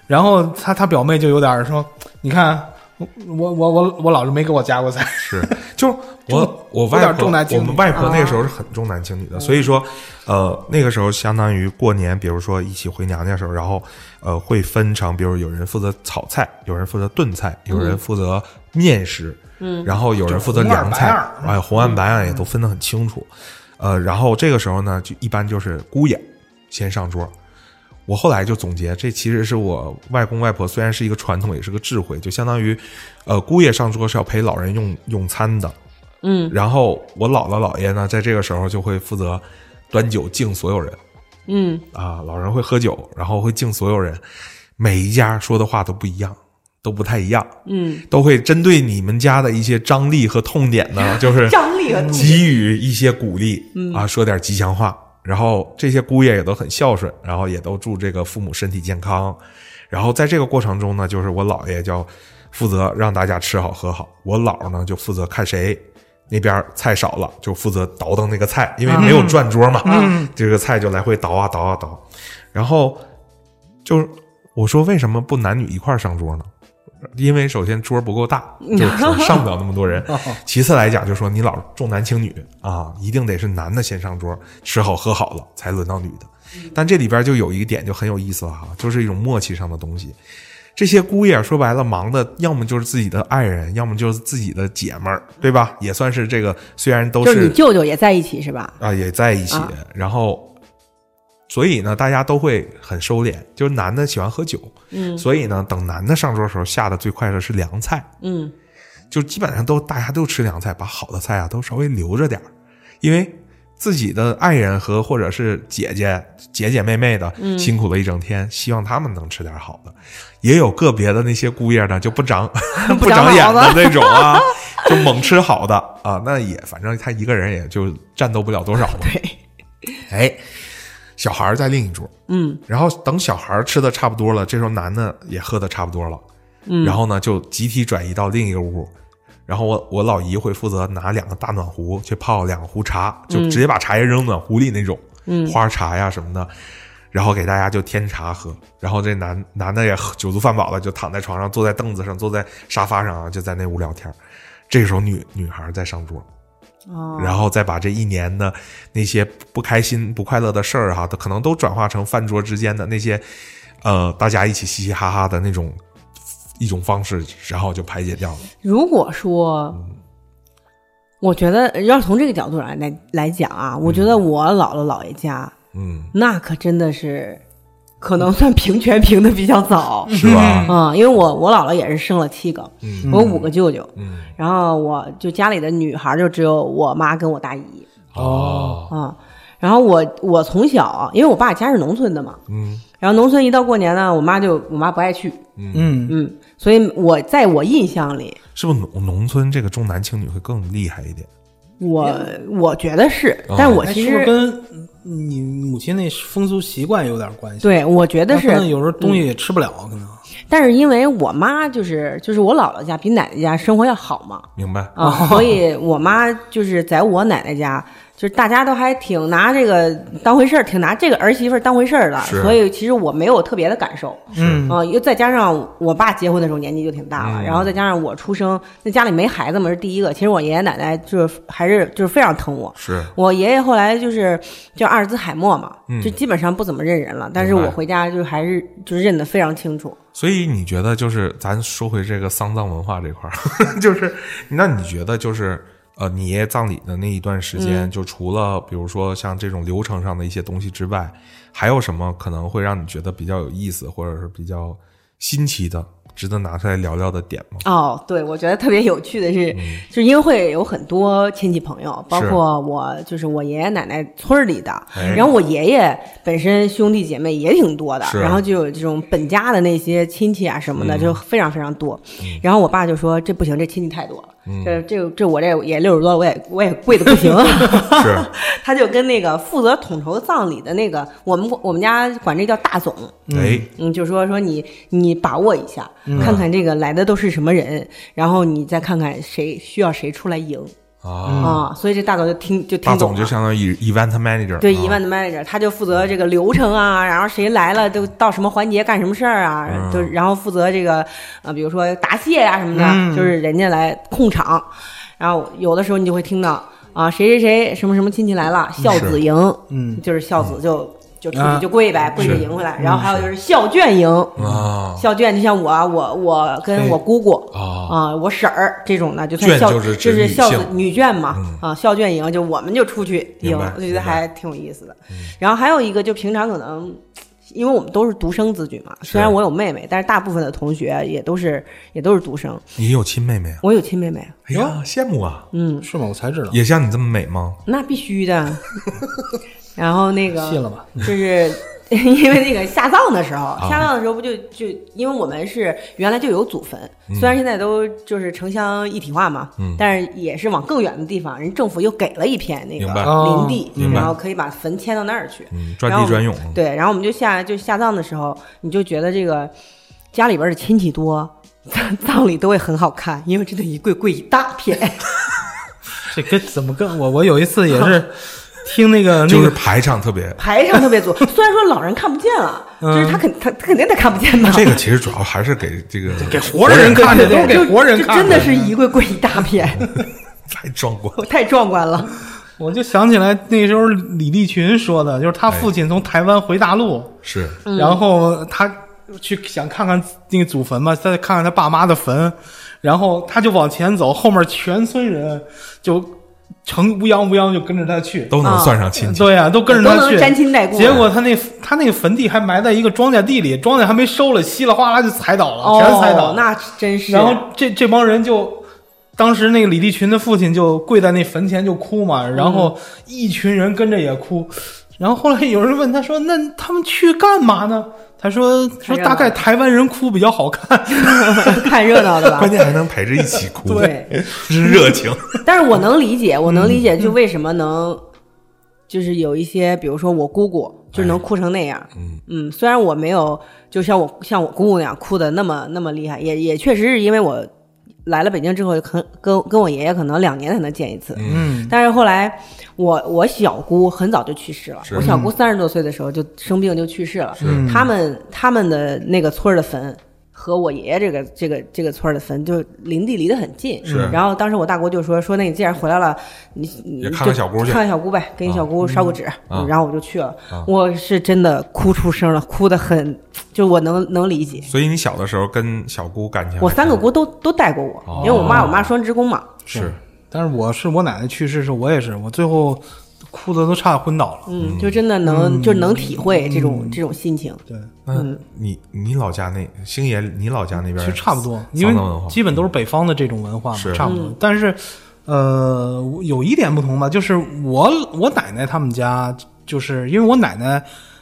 Speaker 3: 然后他他表妹就有点儿说，你看我我我我我姥儿没给我夹过菜，
Speaker 1: 是，就是我我
Speaker 3: 有
Speaker 1: 外
Speaker 3: 点重
Speaker 1: 婆
Speaker 3: 男，轻
Speaker 1: 我
Speaker 3: 女啊
Speaker 1: 们外婆那个时候是很重男轻女的，所以说，呃，那个时候相当于过年，比如说一起回娘家的时候，然后呃会分成，比如有人负责炒菜，有人负责炖菜，有
Speaker 3: 嗯
Speaker 1: 人负责面食，嗯，然后有人负责
Speaker 3: 红二
Speaker 1: 凉
Speaker 3: 白
Speaker 1: 菜
Speaker 3: 二，嗯
Speaker 1: 哎，红案白案也都分得很清楚，呃，然后这个时候呢，就一般就是姑爷先上桌。我后来就总结，这其实是我外公外婆虽然是一个传统，也是个智慧，就相当于，呃，姑爷上桌是要陪老人用用餐的，
Speaker 2: 嗯
Speaker 1: 然后我姥姥姥爷呢，在这个时候就会负责端酒敬所有人
Speaker 2: 嗯，
Speaker 1: 啊，老人会喝酒，然后会敬所有人，每一家说的话都不一样，都不太一样，
Speaker 2: 嗯，
Speaker 1: 都会针对你们家的一些张力和痛点 呢， 就是
Speaker 2: 张力和痛嗯
Speaker 1: 给予一些鼓励，啊，说点吉祥话。然后这些姑爷也都很孝顺，然后也都祝这个父母身体健康。然后在这个过程中呢，就是我姥爷叫负责让大家吃好喝好，我姥儿呢就负责看谁那边菜少了，就负责倒腾那个菜，因为没有转桌嘛，
Speaker 3: 嗯
Speaker 1: 这个菜就来回倒啊倒啊倒。然后就是我说为什么不男女一块儿上桌呢？因为首先桌不够大， 就是上不了那么多人。其次来讲，就说你老重男轻女啊，一定得是男的先上桌，吃好喝好了，
Speaker 2: 嗯
Speaker 1: 才轮到女的。但这里边就有一个点就很有意思了哈，就是一种默契上的东西。这些姑爷说白了忙的，要么就是自己的爱人，要么就是自己的姐们儿，对吧？也算是这个，虽然都
Speaker 2: 就是你舅舅也在一起是吧？
Speaker 1: 啊、也在一起，
Speaker 2: 啊
Speaker 1: 然后所以呢，大家都会很收敛，就是男的喜欢喝酒，
Speaker 2: 嗯
Speaker 1: 所以呢，等男的上桌的时候，下的最快的是凉菜，
Speaker 2: 嗯，
Speaker 1: 就基本上都大家都吃凉菜，把好的菜啊都稍微留着点儿，因为自己的爱人和或者是姐姐姐姐妹妹的、辛苦了一整天，希望他们能吃点好的。也有个别的那些姑爷呢就不长 不长眼的那种啊， 就猛吃好的啊，那也反正他一个人也就战斗不了多少 嘛。
Speaker 2: 对，
Speaker 1: 哎，小孩儿在另一桌，
Speaker 2: 嗯
Speaker 1: 然后等小孩儿吃的差不多了，这时候男的也喝的差不多了，
Speaker 2: 嗯
Speaker 1: 然后呢就集体转移到另一个屋，然后我我老姨会负责拿两个大暖壶去泡两壶茶，就直接把茶叶扔暖壶里那种，
Speaker 2: 嗯
Speaker 1: 花茶呀什么的，然后给大家就添茶喝，然后这男男的也喝酒足饭饱了，就躺在床上，坐在凳子上，坐在沙发上啊，就在那屋聊天儿。这时候女女孩儿在上桌，
Speaker 2: 哦，
Speaker 1: 然后再把这一年的那些不开心、不快乐的事儿、哈，它可能都转化成饭桌之间的那些，呃，大家一起嘻嘻哈哈的那种一种方式，然后就排解掉了。
Speaker 2: 如果说，我觉得要是从这个角度来来来讲啊，我觉得我姥姥姥爷家
Speaker 1: 嗯，
Speaker 2: 那可真的是，可能算平权平的比 较早
Speaker 1: 是吧？
Speaker 2: 啊、因为我我姥姥也是生了七个，
Speaker 1: 嗯
Speaker 2: 我有五个舅舅，
Speaker 1: 嗯，
Speaker 2: 然后我就家里的女孩就只有我妈跟我大姨
Speaker 1: 哦，
Speaker 2: 啊、然后我我从小啊，因为我爸家是农村的嘛，
Speaker 1: 嗯
Speaker 2: 然后农村一到过年呢，我妈就我妈不爱去，
Speaker 3: 嗯，
Speaker 2: 嗯，所以我在我印象里，
Speaker 1: 是不是农农村这个重男轻女会更厉害一点？
Speaker 2: 我我觉得是，
Speaker 1: 哦
Speaker 2: 但我
Speaker 3: 哎
Speaker 2: 其
Speaker 3: 是不
Speaker 2: 实、
Speaker 3: 是跟你母亲那风俗习惯有点关系？，
Speaker 2: 对我觉得是嗯
Speaker 3: 可，能有时候东西也吃不了，可能
Speaker 2: 但是因为我妈就是就是我姥姥家比奶奶家生活要好嘛，
Speaker 1: 明白？
Speaker 2: 啊，所以我妈就是在我奶奶家，就是大家都还挺拿这个当回事儿，挺拿这个儿媳妇儿当回事儿的，
Speaker 1: 是
Speaker 2: 所以其实我没有特别的感受。
Speaker 3: 嗯
Speaker 2: 啊，又再加上我爸结婚的时候年纪就挺大了，
Speaker 1: 嗯
Speaker 2: 然后再加上我出生，那家里没孩子嘛是第一个。其实我爷爷奶奶就是还是就是非常疼我。
Speaker 1: 是，
Speaker 2: 我爷爷后来就是叫阿尔兹海默嘛，
Speaker 1: 嗯
Speaker 2: 就基本上不怎么认人了。但是
Speaker 1: 明白
Speaker 2: 我回家就还是就是认得非常清楚。
Speaker 1: 所以你觉得就是咱说回这个丧葬文化这块儿， 就是那你觉得就是呃，你爷爷葬礼的那一段时间，
Speaker 2: 嗯
Speaker 1: 就除了比如说像这种流程上的一些东西之外，还有什么可能会让你觉得比较有意思，或者是比较新奇的，值得拿出来聊聊的点吗？
Speaker 2: 哦，对，我觉得特别有趣的是，
Speaker 1: 嗯
Speaker 2: 就是因为会有很多亲戚朋友，包
Speaker 1: 是
Speaker 2: 括我，就是我爷爷奶奶村儿里的，
Speaker 1: 哎
Speaker 2: 然后我爷爷本身兄弟姐妹也挺多的，
Speaker 1: 是嗯
Speaker 2: 然后就有这种本家的那些亲戚啊什么的，就非常非常多。然后我爸就说：“这不行，这亲戚太多了，
Speaker 1: 嗯
Speaker 2: 这这这我这也六十多了，我也我也跪的不行。”
Speaker 1: 是，
Speaker 2: 他就跟那个负责统筹葬礼的那个，我们我们家管这叫大总，
Speaker 1: 哎，
Speaker 2: 嗯，就说说你你把握一下，看看这个来的都是什么人，然后你再看看谁需要谁出来赢、
Speaker 1: 啊，
Speaker 2: 啊。所以这大总就听就听
Speaker 1: 大
Speaker 2: 懂
Speaker 1: 总
Speaker 2: 了。
Speaker 1: 就相当于 event manager，
Speaker 2: 对，
Speaker 1: 啊
Speaker 2: 一万的 manager，他就负责这个流程啊，然后谁来了都到什么环节干什么事儿啊，
Speaker 1: 嗯
Speaker 2: 就然后负责这个呃，比如说答谢啊呀、什么的，
Speaker 3: 嗯
Speaker 2: 就是人家来控场。然后有的时候你就会听到啊，谁谁谁什么什么亲戚来了，孝子赢，
Speaker 3: 嗯
Speaker 2: 就是孝子就、就出
Speaker 3: 啊
Speaker 2: 去就跪呗，跪着
Speaker 1: 是
Speaker 2: 赢回来。然后还有就是孝眷赢，
Speaker 1: 啊哎
Speaker 2: 孝眷就像我啊，我我跟我姑姑
Speaker 1: 啊，
Speaker 2: 啊，我婶儿这种的，就
Speaker 1: 眷
Speaker 2: 算孝，
Speaker 1: 就
Speaker 2: 就是
Speaker 1: 指
Speaker 2: 是
Speaker 1: 女
Speaker 2: 孝
Speaker 1: 性
Speaker 2: 子女眷嘛
Speaker 1: 嗯，
Speaker 2: 啊，孝眷营，就我们就出去营
Speaker 1: 明白，
Speaker 2: 我觉
Speaker 1: 明白嗯
Speaker 2: 得还挺有意思的。然后还有一个，就平常可能。因为我们都是独生子女嘛，虽然我有妹妹，但是大部分的同学也都是也都是独生。
Speaker 1: 你有亲妹妹啊？
Speaker 2: 我有亲妹妹，
Speaker 1: 哎呀，羡慕啊！
Speaker 2: 嗯，
Speaker 3: 是吗？我才知道，
Speaker 1: 也像你这么美吗？
Speaker 2: 那必须的。 然后那个
Speaker 3: 信了吧？
Speaker 2: 就是 因为那个下葬的时候，下葬的时候不就就因为我们是原来就有祖坟，虽
Speaker 1: 嗯
Speaker 2: 然现在都就是城乡一体化嘛，但是也是往更远的地方，人政府又给了一片那
Speaker 1: 明白
Speaker 3: 哦
Speaker 2: 个林地
Speaker 1: 明，白
Speaker 2: 然后可以把坟迁到那儿去，
Speaker 1: 嗯，专
Speaker 2: 然后
Speaker 1: 地专用。
Speaker 2: 对，然后我们就下就下葬的时候，你就觉得这个家里边的亲戚多。葬葬礼都会很好看，因为真的一跪跪一大片，
Speaker 3: 这跟怎么跟我我有一次也是听那个 那
Speaker 1: 就是
Speaker 3: 个
Speaker 1: 排场特别
Speaker 2: 排场特别足。虽然说老人看不见了，就是他肯他他肯定得看不见吧？
Speaker 1: 嗯这个其实主要还是给这个
Speaker 3: 给活人
Speaker 2: 对
Speaker 3: 看的，
Speaker 2: 对
Speaker 3: 都
Speaker 2: 对，
Speaker 3: 是给
Speaker 2: 就
Speaker 3: 活人
Speaker 2: 就
Speaker 3: 看
Speaker 2: 真的是一跪跪一大片，
Speaker 1: 太壮观。
Speaker 2: 太壮观 了。
Speaker 3: 我就想起来那时
Speaker 1: 哎
Speaker 2: 嗯
Speaker 3: 候李立群说的，就是他父亲从台湾回大陆，
Speaker 1: 是
Speaker 3: 然后他去想看看那个祖坟嘛，再看看他爸妈的坟，然后他就往前走，后面全村人就成乌泱乌泱就跟着他去。
Speaker 1: 都能算上亲
Speaker 2: 哦
Speaker 1: 戚。
Speaker 3: 对呀、都跟着
Speaker 2: 都
Speaker 3: 他
Speaker 2: 能
Speaker 3: 去，
Speaker 2: 沾亲带故啊
Speaker 3: 结果他那他那个坟地还埋在一个庄稼地里，庄稼还没收了，稀里哗啦就踩倒了，
Speaker 2: 哦，
Speaker 3: 全踩倒了。
Speaker 2: 那真是。
Speaker 3: 然后这这帮人就，当时那个李立群的父亲就跪在那坟前就哭嘛，然后一群人跟着也哭，然后后来有人问他说：“那他们去干嘛呢？”他说：“说
Speaker 2: 看热闹
Speaker 3: 大概台湾人哭比较好看。
Speaker 2: 看热闹 的吧
Speaker 1: 关。键还能陪着一起哭，
Speaker 2: 对，
Speaker 1: 真热情。
Speaker 2: 但是我能理解，我能理解，就为什么能，就是有一些，比如说我姑姑，就能哭成那样。
Speaker 1: 嗯
Speaker 2: 嗯，虽然我没有，就像我像我姑姑那样哭的那么那么厉害，也也确实是因为我来了北京之后，可能跟跟我爷爷可能两年才能见一次。
Speaker 3: 嗯
Speaker 2: 但是后来我我小姑很早就去世了
Speaker 1: 是，
Speaker 2: 我小姑三十多岁的时候就生病就去世了。
Speaker 3: 嗯
Speaker 2: 他们他们的那个村儿的坟和我爷爷这个这个这个村儿的坟就邻地离得很近。
Speaker 1: 是
Speaker 2: 然后当时我大姑就说说那你既然回来了，你你
Speaker 1: 也
Speaker 2: 就
Speaker 1: 看看小姑去啊
Speaker 2: 看看小姑呗，给你小姑烧个纸。
Speaker 1: 嗯啊
Speaker 2: 然后我就去了，
Speaker 1: 啊
Speaker 2: 我是真的哭出声了，哭得很，就我能能理解。
Speaker 1: 所以你小的时候跟小姑感情还是，
Speaker 2: 我三个姑都都带过我，
Speaker 1: 哦
Speaker 2: 因为我妈我妈双职工嘛。
Speaker 1: 是
Speaker 3: 但是我是我奶奶去世时候，我也是，我最后哭的都差点昏倒了。
Speaker 2: 嗯，就真的能，就能体会这
Speaker 1: 嗯
Speaker 2: 种这种心情。
Speaker 3: 对，
Speaker 1: 那
Speaker 2: 嗯
Speaker 1: 你你老家那星爷，你老家那边
Speaker 3: 其实差不多，因
Speaker 1: 丧葬文
Speaker 3: 为
Speaker 1: 化嗯
Speaker 3: 基本都是北方的这种文化嘛
Speaker 1: 是，
Speaker 3: 差不多。但是，呃，我有一点不同吧，就是我我奶奶他们家，就是因为我奶奶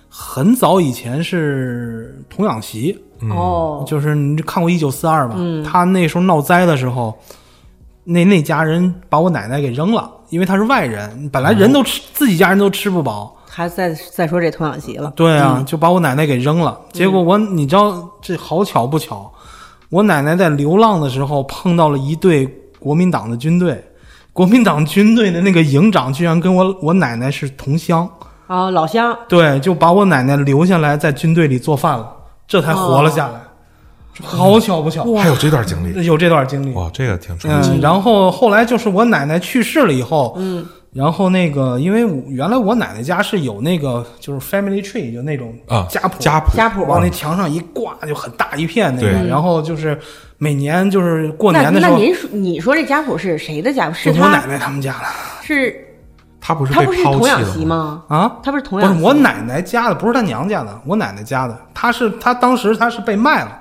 Speaker 3: 很早以前是童养媳，
Speaker 1: 嗯
Speaker 2: 哦，
Speaker 3: 就是你看过《一九四二》吧？她那时候闹灾的时候，那那家人把我奶奶给扔了，因为她是外人，本来人都
Speaker 1: 哦
Speaker 3: 吃、自己家人都吃不饱，
Speaker 2: 还在再说这童养媳了。
Speaker 3: 对啊，就把我奶奶给扔了。结果我，你知道这好巧不巧，我奶奶在流浪的时候碰到了一队国民党的军队，国民党军队的那个营长居然跟我我奶奶是同乡，
Speaker 2: 啊，老乡，
Speaker 3: 对，就把我奶奶留下来在军队里做饭了，这才活了下来。好巧不巧，
Speaker 1: 还有这段
Speaker 2: 嗯
Speaker 1: 经历，
Speaker 3: 有这段经历。
Speaker 1: 哇，这个挺传奇。
Speaker 3: 嗯，然后后来就是我奶奶去世了以后，嗯，然后那个因为我原来我奶奶家是有那个就是 family tree，就那种
Speaker 1: 啊
Speaker 3: 家谱
Speaker 1: 家谱
Speaker 2: 家谱
Speaker 3: 往那墙上一挂就很大一片那个，
Speaker 1: 对
Speaker 3: 然后就是每年就是过
Speaker 2: 那
Speaker 3: 年的时
Speaker 2: 那
Speaker 3: 候，
Speaker 2: 您说，你说这家谱是谁的家谱？是
Speaker 3: 就我奶
Speaker 2: 他
Speaker 3: 奶他们家的
Speaker 2: 是
Speaker 1: 他不是
Speaker 2: 他
Speaker 1: 被
Speaker 2: 不是
Speaker 1: 抛
Speaker 2: 童
Speaker 1: 弃
Speaker 2: 养
Speaker 1: 了
Speaker 2: 媳？吗？
Speaker 3: 啊。
Speaker 2: 他不是童
Speaker 3: 不
Speaker 2: 养
Speaker 3: 是
Speaker 2: 媳
Speaker 3: 我奶奶家的，不是她娘家的，我奶奶家的，她是她当时她是被卖了，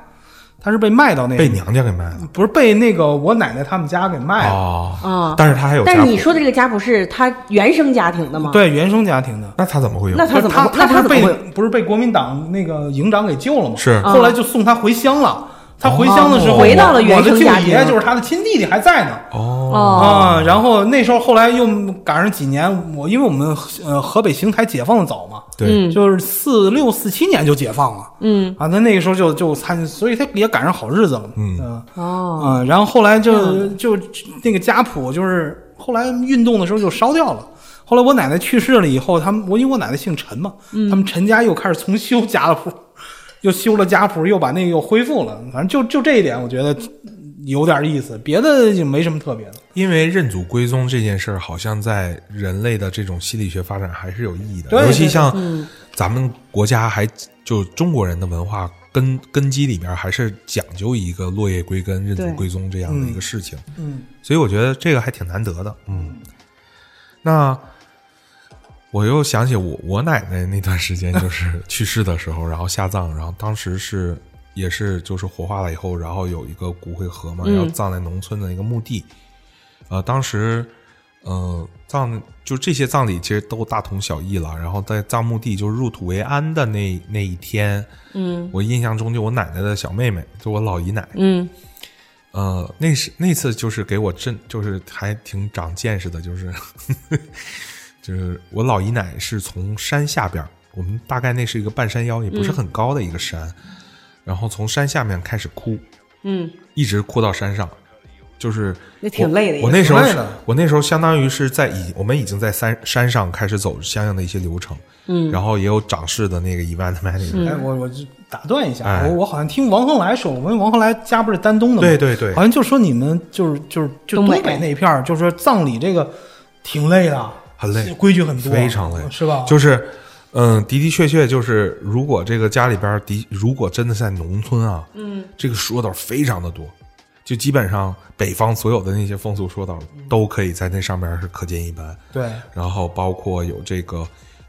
Speaker 3: 她是被卖到那
Speaker 1: 被娘家给卖了
Speaker 3: 不是被那个我奶奶他们家给卖了，
Speaker 1: 哦
Speaker 2: 啊
Speaker 1: 但是他还有家
Speaker 2: 但
Speaker 1: 谱，
Speaker 2: 是你说的这个家谱是他原生家庭
Speaker 1: 哦
Speaker 2: 的吗？，
Speaker 3: 对原生家庭的，
Speaker 1: 那他怎么会有？
Speaker 2: 那他
Speaker 3: 不
Speaker 2: 怎
Speaker 3: 是
Speaker 2: 么会？那
Speaker 3: 他不是
Speaker 2: 怎么会？嗯
Speaker 3: 被不是被国民党那个营长给救了吗？
Speaker 1: 是
Speaker 3: 后来就送他回乡了。他回乡的时候，
Speaker 1: 哦回
Speaker 2: 到了原
Speaker 3: 我的
Speaker 2: 生
Speaker 3: 舅
Speaker 2: 家庭
Speaker 3: 爷就是他的亲弟弟还在呢。
Speaker 1: 哦，
Speaker 2: 哦，
Speaker 3: 啊，然后那时候后来又赶上几年，我因为我们呃河北邢台解放的早嘛，
Speaker 2: 哦嗯
Speaker 1: 对，
Speaker 3: 就是四六四七年就解放了，嗯啊，那那个时候就就参，所以他也赶上好日子了，
Speaker 1: 嗯
Speaker 3: 呃
Speaker 2: 哦，
Speaker 3: 嗯，然后后来就就那个家谱，就是后来运动的时候就烧掉了。后来我奶奶去世了以后，他们我因为我奶奶姓陈嘛，他们陈家又开始重修家谱，又修了家谱，又把那个又恢复了。反正就就这一点，我觉得有点意思，别的就没什么特别的。
Speaker 1: 因为认祖归宗这件事儿，好像在人类的这种心理学发展还是有意义的，
Speaker 3: 对
Speaker 1: 尤
Speaker 3: 对嗯
Speaker 1: 其
Speaker 3: 对
Speaker 1: 像咱们国家还就中国人的文化根根基里边还是讲究一个落叶归根、认祖
Speaker 2: 对
Speaker 1: 归宗这样的一个事情，
Speaker 3: 嗯，
Speaker 1: 所以我觉得这个还挺难得的。嗯，那我又想起我我奶奶那段时间，就是去世的时候，然后下葬，然后当时是也是就是火化了以后，然后有一个骨灰盒嘛，然后葬在农村的一个墓地。呃，当时呃葬就这些葬礼其实都大同小异了，然后在葬墓地就是入土为安的那那一天，
Speaker 2: 嗯
Speaker 1: 我印象中就我奶奶的小妹妹，就我老姨奶，
Speaker 2: 嗯，
Speaker 1: 呃，那是那次就是给我震，就是还挺长见识的，就是 就是我老姨奶是从山下边儿，我们大概那是一个半山腰，也不
Speaker 2: 嗯
Speaker 1: 是很高的一个山，然后从山下面开始哭，
Speaker 2: 嗯，
Speaker 1: 一直哭到山上，就是
Speaker 2: 那挺
Speaker 1: 我
Speaker 2: 累的也
Speaker 1: 我那时候
Speaker 3: 挺累
Speaker 1: 是
Speaker 3: 的
Speaker 1: 我那时候相当于是在已我们已经在山山上开始走相应的一些流程，嗯，然后也有掌事的 那个 event manager，、
Speaker 3: 哎，我我就打断一下，
Speaker 1: 嗯哎
Speaker 3: 我我好像听王恒来说，我们王恒来家不是丹东的吗？
Speaker 1: 对对对
Speaker 3: 好，像就说你们就是就是就
Speaker 2: 东
Speaker 3: 东
Speaker 2: 北
Speaker 3: 北那一片儿，就是说葬礼这个挺累的，
Speaker 1: 很累
Speaker 3: 规矩很多，
Speaker 1: 非常累
Speaker 3: 是吧？
Speaker 1: 就是嗯，的的确确就是，如果这个家里边儿的，如果真的在农村啊，嗯，这个说道非常的多，就基本上北方所有的那些风俗说道
Speaker 2: 嗯
Speaker 1: 都可以在那上边是可见一斑。
Speaker 3: 对，啊
Speaker 1: 然后包括有这个，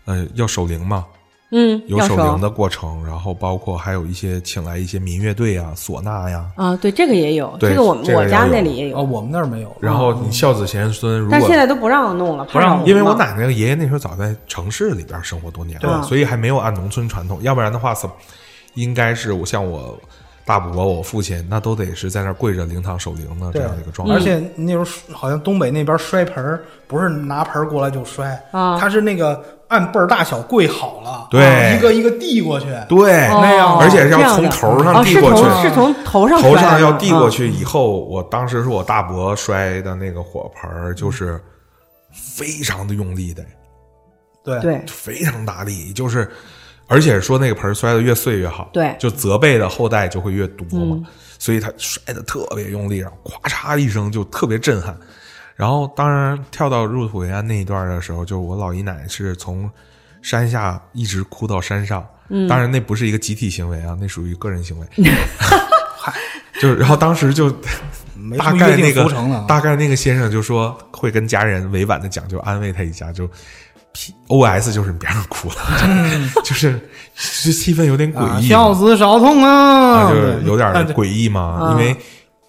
Speaker 1: 呃，要守灵嘛，
Speaker 2: 嗯，
Speaker 1: 有
Speaker 2: 要
Speaker 1: 守灵
Speaker 2: 说
Speaker 1: 的过程，然后包括还有一些请来一些民乐队啊、唢呐呀，
Speaker 2: 啊，对，这个也有，
Speaker 1: 对
Speaker 2: 这个我
Speaker 1: 这个
Speaker 2: 我
Speaker 1: 也
Speaker 2: 家
Speaker 1: 有
Speaker 2: 那里也
Speaker 3: 啊，
Speaker 2: 有，
Speaker 3: 我们那儿没有。
Speaker 1: 然后你孝子贤孙，如
Speaker 2: 哦但
Speaker 1: 果
Speaker 2: 现在都不让弄了，怕
Speaker 3: 让
Speaker 2: 扰
Speaker 3: 弄
Speaker 2: 民
Speaker 1: 因为我
Speaker 2: 嘛
Speaker 1: 奶奶和爷爷那时候早在城市里边生活多年了，
Speaker 2: 对
Speaker 1: 所以还没有按农村传统。要不然的话，怎么应该是我像我大伯、我父亲，那都得是在那儿跪着灵堂守灵的这
Speaker 3: 对
Speaker 1: 样的一个状态。
Speaker 3: 嗯而且那时候好像东北那边摔盆儿，不是拿盆儿过来就摔，
Speaker 2: 啊
Speaker 3: 他是那个按辈儿大小跪好了，
Speaker 1: 对
Speaker 3: 啊一个一个递过去，
Speaker 1: 对，
Speaker 2: 哦
Speaker 3: 那样
Speaker 1: 而且
Speaker 2: 这
Speaker 1: 要
Speaker 2: 样
Speaker 1: 从
Speaker 2: 的
Speaker 1: 头
Speaker 2: 哦，
Speaker 1: 上递
Speaker 2: 是
Speaker 1: 过去，
Speaker 2: 从是从头上
Speaker 1: 头
Speaker 2: 摔
Speaker 1: 上
Speaker 2: 的
Speaker 1: 要递
Speaker 2: 嗯
Speaker 1: 过去。以后，我当时是我大伯摔的那个火盆儿，就是非常的用力的，
Speaker 3: 对
Speaker 2: 对
Speaker 1: 非常大力，就是而且说那个盆儿摔得越碎越好，
Speaker 2: 对嗯
Speaker 1: 就责备的后代就会越多嘛，所以他摔得特别用力，然后咵嚓一声就特别震撼。然后当然跳到入土为安那一段的时候，就是我老姨奶是从山下一直哭到山上，
Speaker 2: 嗯
Speaker 1: 当然那不是一个集体行为啊，那属于个人行 为。就是，然后当时就
Speaker 3: 没
Speaker 1: 大
Speaker 3: 什么
Speaker 1: 概
Speaker 3: 约
Speaker 1: 那
Speaker 3: 定
Speaker 1: 个
Speaker 3: 俗成的啊。
Speaker 1: 大概那个先生就说会跟家人委婉的讲，就安慰他一下，就 P O S 就是你别让哭了， 就是这气氛有点诡
Speaker 3: 啊
Speaker 1: 异，
Speaker 3: 孝子少痛啊，
Speaker 1: 啊，就是有点
Speaker 3: 对
Speaker 1: 诡异嘛，
Speaker 2: 啊
Speaker 1: 因为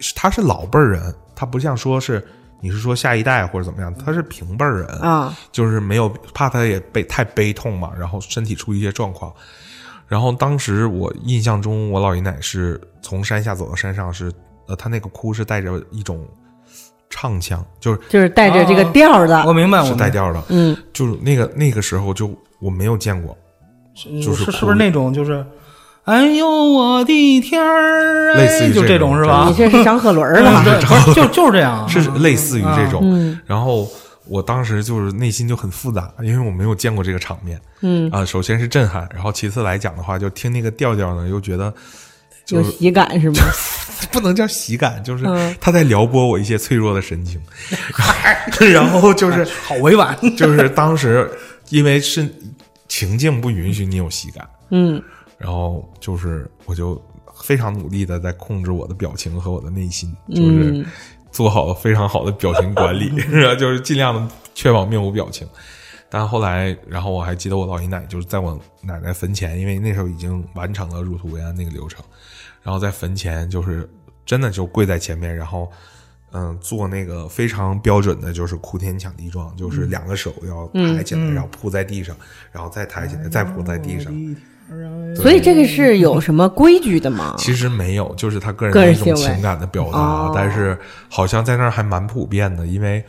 Speaker 1: 是他是老辈儿人，他不像说是你是说下一代或者怎么样，他是平辈儿人
Speaker 2: 啊，
Speaker 1: 就是没有怕他也被太悲痛嘛，然后身体出一些状况。然后当时我印象中，我老姨奶是从山下走到山上是，呃，她那个哭是带着一种唱腔，就是
Speaker 2: 就是带着这
Speaker 1: 哦
Speaker 2: 个调儿的
Speaker 3: 我明白，我
Speaker 1: 是
Speaker 3: 明
Speaker 1: 带
Speaker 3: 白
Speaker 1: 调的，
Speaker 2: 嗯，
Speaker 1: 就是那个那个时候就我没有见过，就是是
Speaker 3: 是
Speaker 1: 哭
Speaker 3: 不是那种就是，哎呦我的天儿，哎
Speaker 1: 类似于
Speaker 3: 就
Speaker 1: 这
Speaker 3: 这种
Speaker 1: 种
Speaker 3: 是
Speaker 1: 啊
Speaker 3: 吧
Speaker 2: 你？这是张鹤伦儿
Speaker 3: 嗯
Speaker 2: 吧？
Speaker 3: 对，就就是这样啊，
Speaker 1: 是类似于这种。
Speaker 2: 嗯
Speaker 1: 然后我当时就是内心就很复杂，因为我没有见过这个场面
Speaker 2: 嗯，
Speaker 1: 啊、首先是震撼，然后其次来讲的话，就听那个调调呢，又觉得 就
Speaker 2: 有
Speaker 1: 是
Speaker 2: 喜感是吗？
Speaker 1: 不能叫喜感，就是
Speaker 2: 嗯
Speaker 1: 他在撩拨我一些脆弱的神经， 然后就是
Speaker 3: 好委婉，
Speaker 1: 就是当时因为是情境不允许你有喜感，
Speaker 2: 嗯
Speaker 1: 然后就是我就非常努力的在控制我的表情和我的内心，就是
Speaker 2: 嗯
Speaker 1: 做好非常好的表情管理，然后就是尽量的确保面无表情。但后来，然后我还记得我老姨奶就是在我奶奶坟前，因为那时候已经完成了入土为安那个流程，然后在坟前就是真的就跪在前面，然后嗯做那个非常标准的就是哭天抢地状，就是两个手要抬起来，然后铺在地上，然后再抬起来，再铺在地上。对
Speaker 2: 所以这个是有什么规矩的吗？
Speaker 1: 其实没有，就是他个人
Speaker 2: 啊个
Speaker 1: 的
Speaker 2: 人
Speaker 1: 一种
Speaker 2: 行为
Speaker 1: 情感的表达，
Speaker 2: 哦
Speaker 1: 但是好像在那儿还蛮普遍的，因为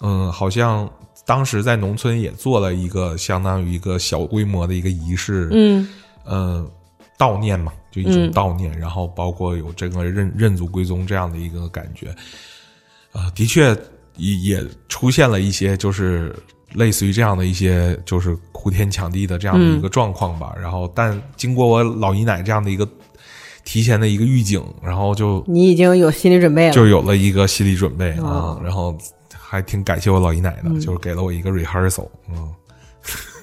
Speaker 1: 嗯，好像当时在农村也做了一个相当于一个小规模的一个仪式，
Speaker 2: 嗯
Speaker 1: 呃悼念嘛，就一种
Speaker 2: 嗯
Speaker 1: 悼念，然后包括有这个认认祖归宗这样的一个感觉，啊、的确也也出现了一些就是类似于这样的一些就是哭天抢地的这样的一个状况
Speaker 2: 嗯
Speaker 1: 吧。然后，但经过我老姨奶这样的一个提前的一个预警，然后就
Speaker 2: 你已经有心理准备了。
Speaker 1: 就有了一个心理准备啊
Speaker 2: 哦。
Speaker 1: 然后还挺感谢我老姨奶的，就是给了我一个 rehearsal，嗯，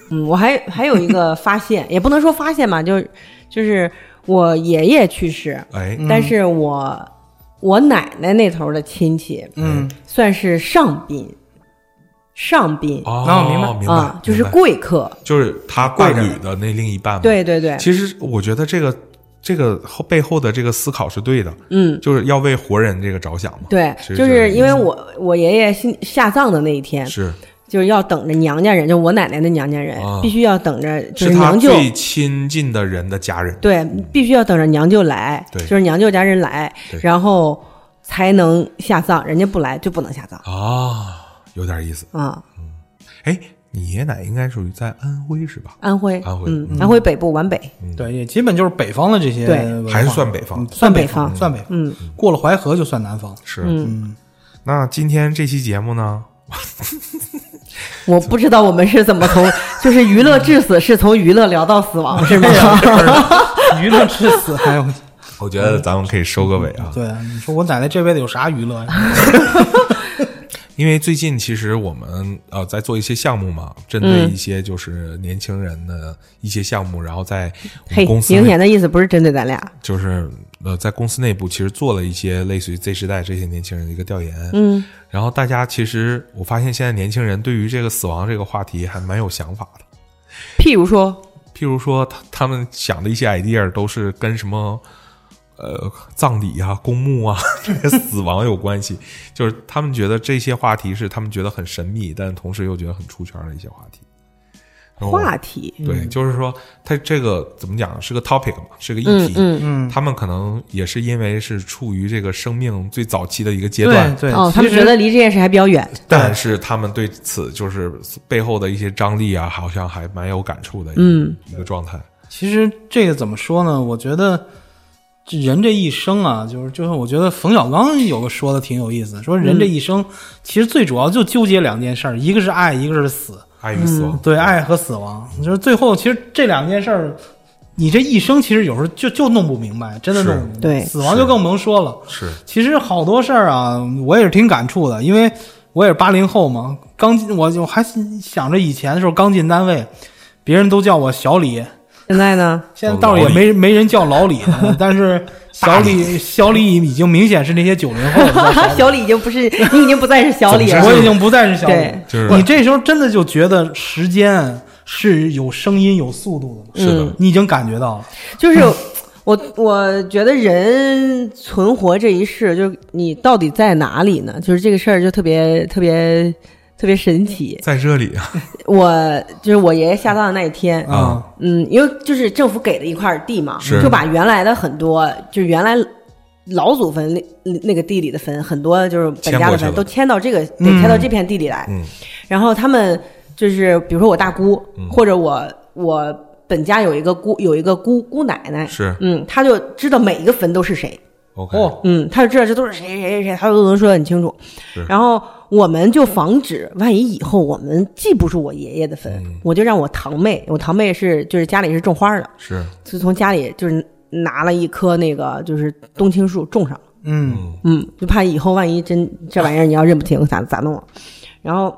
Speaker 2: 嗯，我还还有一个 发现，也不能说发现吧，就是就是我爷爷去世，
Speaker 1: 哎，
Speaker 2: 但是我我奶奶那头的亲戚
Speaker 3: 嗯，
Speaker 2: 算是上宾，上宾
Speaker 1: 哦，
Speaker 3: 那我明白
Speaker 1: 明白，
Speaker 2: 啊，就是
Speaker 1: 明白
Speaker 2: 贵客。
Speaker 1: 就是他伴侣的那另一半嘛。，
Speaker 2: 对对对，
Speaker 1: 啊其实我觉得这个这个后背后的这个思考是对的，
Speaker 2: 嗯，
Speaker 1: 就是要为活人这个着想嘛。
Speaker 2: 对
Speaker 1: 其，实
Speaker 2: 就
Speaker 1: 这个
Speaker 2: 是
Speaker 1: 意
Speaker 2: 因为我我爷爷新下葬的那一天，
Speaker 1: 是
Speaker 2: 就是要等着娘家人，就我奶奶的娘家人，
Speaker 1: 啊
Speaker 2: 必须要等着，就是是
Speaker 1: 他
Speaker 2: 娘舅，
Speaker 1: 最亲近的人的家人。
Speaker 2: 对，必须要等着娘舅来，
Speaker 1: 对
Speaker 2: 就是娘舅家人来
Speaker 1: 对，
Speaker 2: 然后才能下葬，人家不来就不能下葬
Speaker 1: 啊，有点意思。
Speaker 2: 啊。
Speaker 1: 哎，你爷爷奶应该属于在安徽是吧？
Speaker 2: 安徽，
Speaker 1: 安徽
Speaker 2: 嗯，安徽北部皖北，
Speaker 3: 对，也基本就是北方的这些
Speaker 2: 对
Speaker 3: 文化，
Speaker 1: 还是算北方
Speaker 3: 嗯算
Speaker 2: 北
Speaker 3: 北
Speaker 2: 方
Speaker 3: 算北方。
Speaker 2: 嗯，
Speaker 3: 过了淮河就算南方，
Speaker 1: 是。
Speaker 2: 嗯
Speaker 1: 那今天这期节目呢，
Speaker 2: 我不知道我们是怎么 从，就是娱乐至死是从娱乐聊到死亡， 是吗？
Speaker 3: 娱乐至死哎还有
Speaker 1: 我
Speaker 3: 嗯
Speaker 1: 觉得咱们可以收个尾啊。
Speaker 3: 对，你说我奶奶这辈子有啥娱乐呀？
Speaker 1: 因为最近其实我们呃在做一些项目嘛，针
Speaker 2: 嗯
Speaker 1: 对一些就是年轻人的一些项目，然后在我
Speaker 2: 嘿
Speaker 1: 们公，司
Speaker 2: 明
Speaker 1: 内
Speaker 2: 显的意思不是针对咱俩，
Speaker 1: 就是呃，在公司内部其实做了一些类似于 Z 时代这些年轻人的一个调研，
Speaker 2: 嗯，
Speaker 1: 然后大家其实我发现现在年轻人对于这个死亡这个话题还蛮有想法的，
Speaker 2: 譬如说，
Speaker 1: 譬如说他他们想的一些 idea 都是跟什么。呃，葬礼啊，公墓啊， 这些死亡有关系，就是他们觉得这些话题是他们觉得很神秘，但同时又觉得很出圈的一些话题。然后我
Speaker 2: 话题，嗯
Speaker 1: 对，就是说它这个怎么讲是个 topic 嘛，是个议题。
Speaker 2: 嗯
Speaker 3: 嗯，
Speaker 1: 他们可能也是因为是处于这个生命最早期的一个阶
Speaker 3: 对
Speaker 1: 段，
Speaker 3: 对，
Speaker 2: 哦，
Speaker 3: 其
Speaker 2: 他们
Speaker 3: 实
Speaker 2: 觉得离这件事还比较远，
Speaker 1: 但是他们对此就是背后的一些张力啊，好像还蛮有感触的一个，
Speaker 2: 嗯
Speaker 1: 一个状态。
Speaker 3: 其实这个怎么说呢？我觉得这人这一生啊，就是就是，我觉得冯小刚有个说的挺有意思，说人这一生其实最主要就纠结两件事儿，一个是爱，一个是死。
Speaker 1: 爱与死亡，
Speaker 3: 嗯对，爱和死亡，就是最后其实这两件事儿，你这一生其实有时候就就弄不明白，真的
Speaker 1: 是
Speaker 3: 弄不明白。
Speaker 2: 对
Speaker 3: 死亡就更甭说了。
Speaker 1: 是
Speaker 3: 其实好多事儿啊，我也是挺感触的，因为我也是八零后嘛，刚进我就还想着以前的时候刚进单位，别人都叫我小李，
Speaker 2: 现 在呢，
Speaker 3: 现在倒是
Speaker 1: 老
Speaker 3: 也
Speaker 1: 李
Speaker 3: 没 没人叫老李了，但是小李小李已经明显是那些九零后了 叫小
Speaker 2: 小李已经不是你已经不再是小李
Speaker 1: 总
Speaker 2: 了
Speaker 1: 之
Speaker 3: 李，我
Speaker 1: 是
Speaker 3: 已经不再是小李
Speaker 2: 对。
Speaker 1: 就是
Speaker 3: 你这时候真的就觉得时间是有声音、有速度的了，
Speaker 1: 是的，
Speaker 3: 你已经感觉到了。
Speaker 2: 就是我，我觉得人存活这一世，就是你到底在哪里呢？就是这个事儿就特别特别特别神奇。
Speaker 1: 在这里啊，
Speaker 2: 我就是我爷爷下葬的那一天，
Speaker 1: 啊
Speaker 2: 嗯，因为就是政府给了一块地嘛
Speaker 1: 是，
Speaker 2: 就把原来的很多，就是原来老祖坟里那个地里的坟，很多就是本
Speaker 1: 迁
Speaker 2: 家
Speaker 1: 过
Speaker 2: 的
Speaker 1: 去了
Speaker 2: 坟都迁到这个，得
Speaker 3: 嗯
Speaker 2: 迁到这片地里来。
Speaker 1: 嗯
Speaker 2: 然后他们就是，比如说我大姑，或者我我本家有一个姑，有一个姑姑奶奶，
Speaker 1: 是
Speaker 2: 嗯，他就知道每一个坟都是谁，
Speaker 1: OK，
Speaker 3: 哦，
Speaker 2: 嗯，他就知道这都是谁谁谁谁，他都能说得很清楚
Speaker 1: 是。
Speaker 2: 然后我们就防止万一以后我们记不住我爷爷的坟，
Speaker 1: 嗯
Speaker 2: 我就让我堂妹，我堂妹是就是家里是种花的，
Speaker 1: 是
Speaker 2: 就从家里就是拿了一棵那个就是冬青树种上了，
Speaker 3: 嗯，
Speaker 2: 嗯，就怕以后万一真这玩意儿你要认不清咋 咋弄啊？然后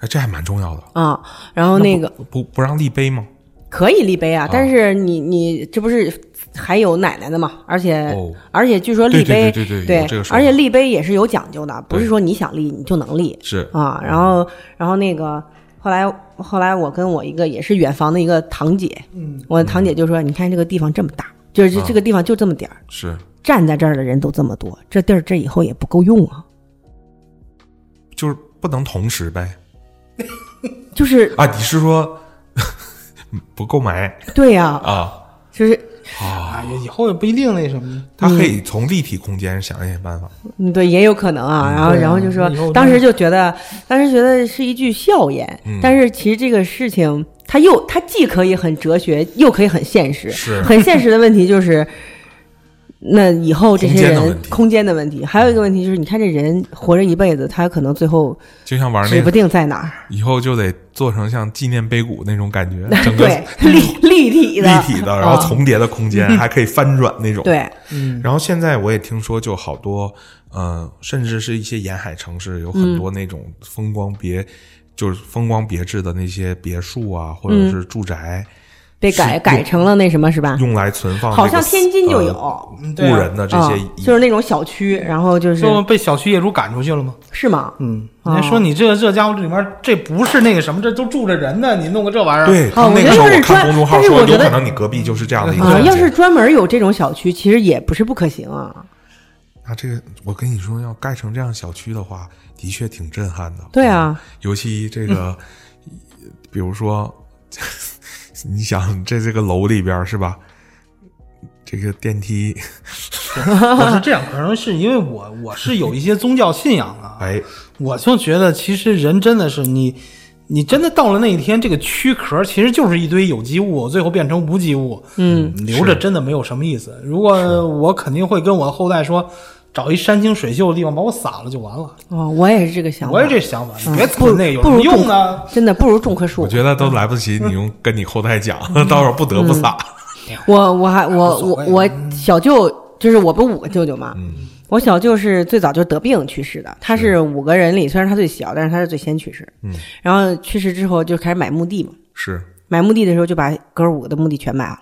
Speaker 1: 哎，这还蛮重要的。
Speaker 2: 啊，然后那个
Speaker 1: 不不不让立碑吗？
Speaker 2: 可以立碑啊，但是你你这不是还有奶奶的嘛？而且、
Speaker 1: 哦
Speaker 2: 而且哎据说立
Speaker 1: 对
Speaker 2: 碑
Speaker 1: 对对对对有这个说法
Speaker 2: 而且立碑也是有讲究的，
Speaker 1: 对
Speaker 2: 不是说你想立你就能立
Speaker 1: 是
Speaker 2: 啊。然后然后那个后来后来我跟我一个也是远房的一个堂姐，
Speaker 3: 嗯，
Speaker 2: 我堂姐就说：“你看这个地方这么大，就是这
Speaker 1: 啊
Speaker 2: 这个地方就这么点儿，
Speaker 1: 是，
Speaker 2: 站在这儿的人都这么多，这地儿这以后也不够用啊。”
Speaker 1: 就是不能同时呗。
Speaker 2: 就是
Speaker 1: 啊，你是说 不够埋
Speaker 2: 对呀、
Speaker 1: 啊？
Speaker 2: 就是
Speaker 3: 哎呀，以后也不一定那什么。
Speaker 1: 他可以从立体空间想一些办法。
Speaker 2: 嗯，对，也有可能啊。然后，
Speaker 3: 对啊
Speaker 2: 然后就说
Speaker 3: 以后，
Speaker 2: 当
Speaker 3: 真
Speaker 2: 时就觉得，当时觉得是一句笑言，
Speaker 1: 嗯
Speaker 2: 但是其实这个事情，它又它既可以很哲学，又可以很现 实。
Speaker 1: 是
Speaker 2: 很现实的问题就是，那以后这
Speaker 1: 空间的
Speaker 2: 些人
Speaker 1: 问题
Speaker 2: 空间的问题，还有一个问题就是，你看这人活着一辈子，他可能最后
Speaker 1: 就像玩那
Speaker 2: 指不
Speaker 1: 个，
Speaker 2: 定在哪儿。
Speaker 1: 以后就得做成像纪念碑谷那种感 觉，整个
Speaker 2: 对，立立体的，
Speaker 1: 立体 的，然后
Speaker 2: 啊
Speaker 1: 重叠的空间，还可以翻转那种。。
Speaker 2: 对，
Speaker 3: 嗯，
Speaker 1: 然后现在我也听说，就好多，呃，甚至是一些沿海城市，有
Speaker 2: 嗯
Speaker 1: 很多那种风光别，就是风光别致的那些别墅啊，或
Speaker 2: 嗯
Speaker 1: 者是住宅，
Speaker 2: 被改
Speaker 1: 是
Speaker 2: 改成了那什么是吧？
Speaker 1: 用来存放这个。
Speaker 2: 好像天津就有，
Speaker 1: 呃
Speaker 3: 嗯对啊
Speaker 1: 雇人的这些
Speaker 2: 啊，就是那种小区，然后就是
Speaker 3: 说被小区业主赶出去了吗？
Speaker 2: 是吗？
Speaker 3: 嗯，
Speaker 2: 哦
Speaker 3: 人家说
Speaker 1: 啊
Speaker 3: 你这这家伙这里面这不是那个什么，这都住着人呢，你弄个这玩意儿，
Speaker 1: 对，他
Speaker 2: 哦
Speaker 1: 那
Speaker 2: 我
Speaker 1: 个
Speaker 2: 觉得
Speaker 1: 时候
Speaker 2: 就是
Speaker 1: 我看
Speaker 2: 专
Speaker 1: 公众号
Speaker 2: 但是
Speaker 1: 说，
Speaker 2: 我觉
Speaker 1: 有
Speaker 2: 得
Speaker 1: 可能你隔壁就是这样的一个
Speaker 2: 啊，
Speaker 1: 环境。
Speaker 2: 要是专门有这种小区，其实也不是不可行啊。
Speaker 1: 那这个，我跟你说，要盖成这样小区的话，的确挺震撼的。
Speaker 2: 对啊，
Speaker 1: 尤其这个，比如说， 你想这这个楼里边儿是吧？这个电梯，
Speaker 3: 我是这样，可能是因为我我是有一些宗教信仰啊的，
Speaker 1: 哎，
Speaker 3: 我就觉得其实人真的是你，你真的到了那一天，这个躯壳其实就是一堆有机物，最后变成无机物，
Speaker 2: 嗯，
Speaker 3: 留着真的没有什么意思。如果我肯定会跟我的后代说，找一山清水秀的地方把我撒了就完了。
Speaker 2: 哦，我也是这个想法。
Speaker 3: 我也这想法，你
Speaker 2: 嗯
Speaker 3: 别
Speaker 2: 不
Speaker 3: 存那有什
Speaker 2: 不
Speaker 3: 么
Speaker 2: 如
Speaker 3: 用
Speaker 2: 种
Speaker 3: 呢？
Speaker 2: 真的不嗯如种棵树
Speaker 1: 我。觉得都来不及，你用跟你后代讲，到时候不得不撒。
Speaker 2: 我我还我
Speaker 3: 无所
Speaker 2: 我
Speaker 3: 谓
Speaker 1: 嗯
Speaker 2: 我小舅就是我不五个舅舅嘛，我小舅是最早就得病去世的，他是五个人里虽然他最小，但是他是最先去世。
Speaker 1: 嗯，
Speaker 2: 然后去世之后就开始买墓地嘛，
Speaker 1: 是
Speaker 2: 买墓地的时候就把哥儿五个的墓地全买了。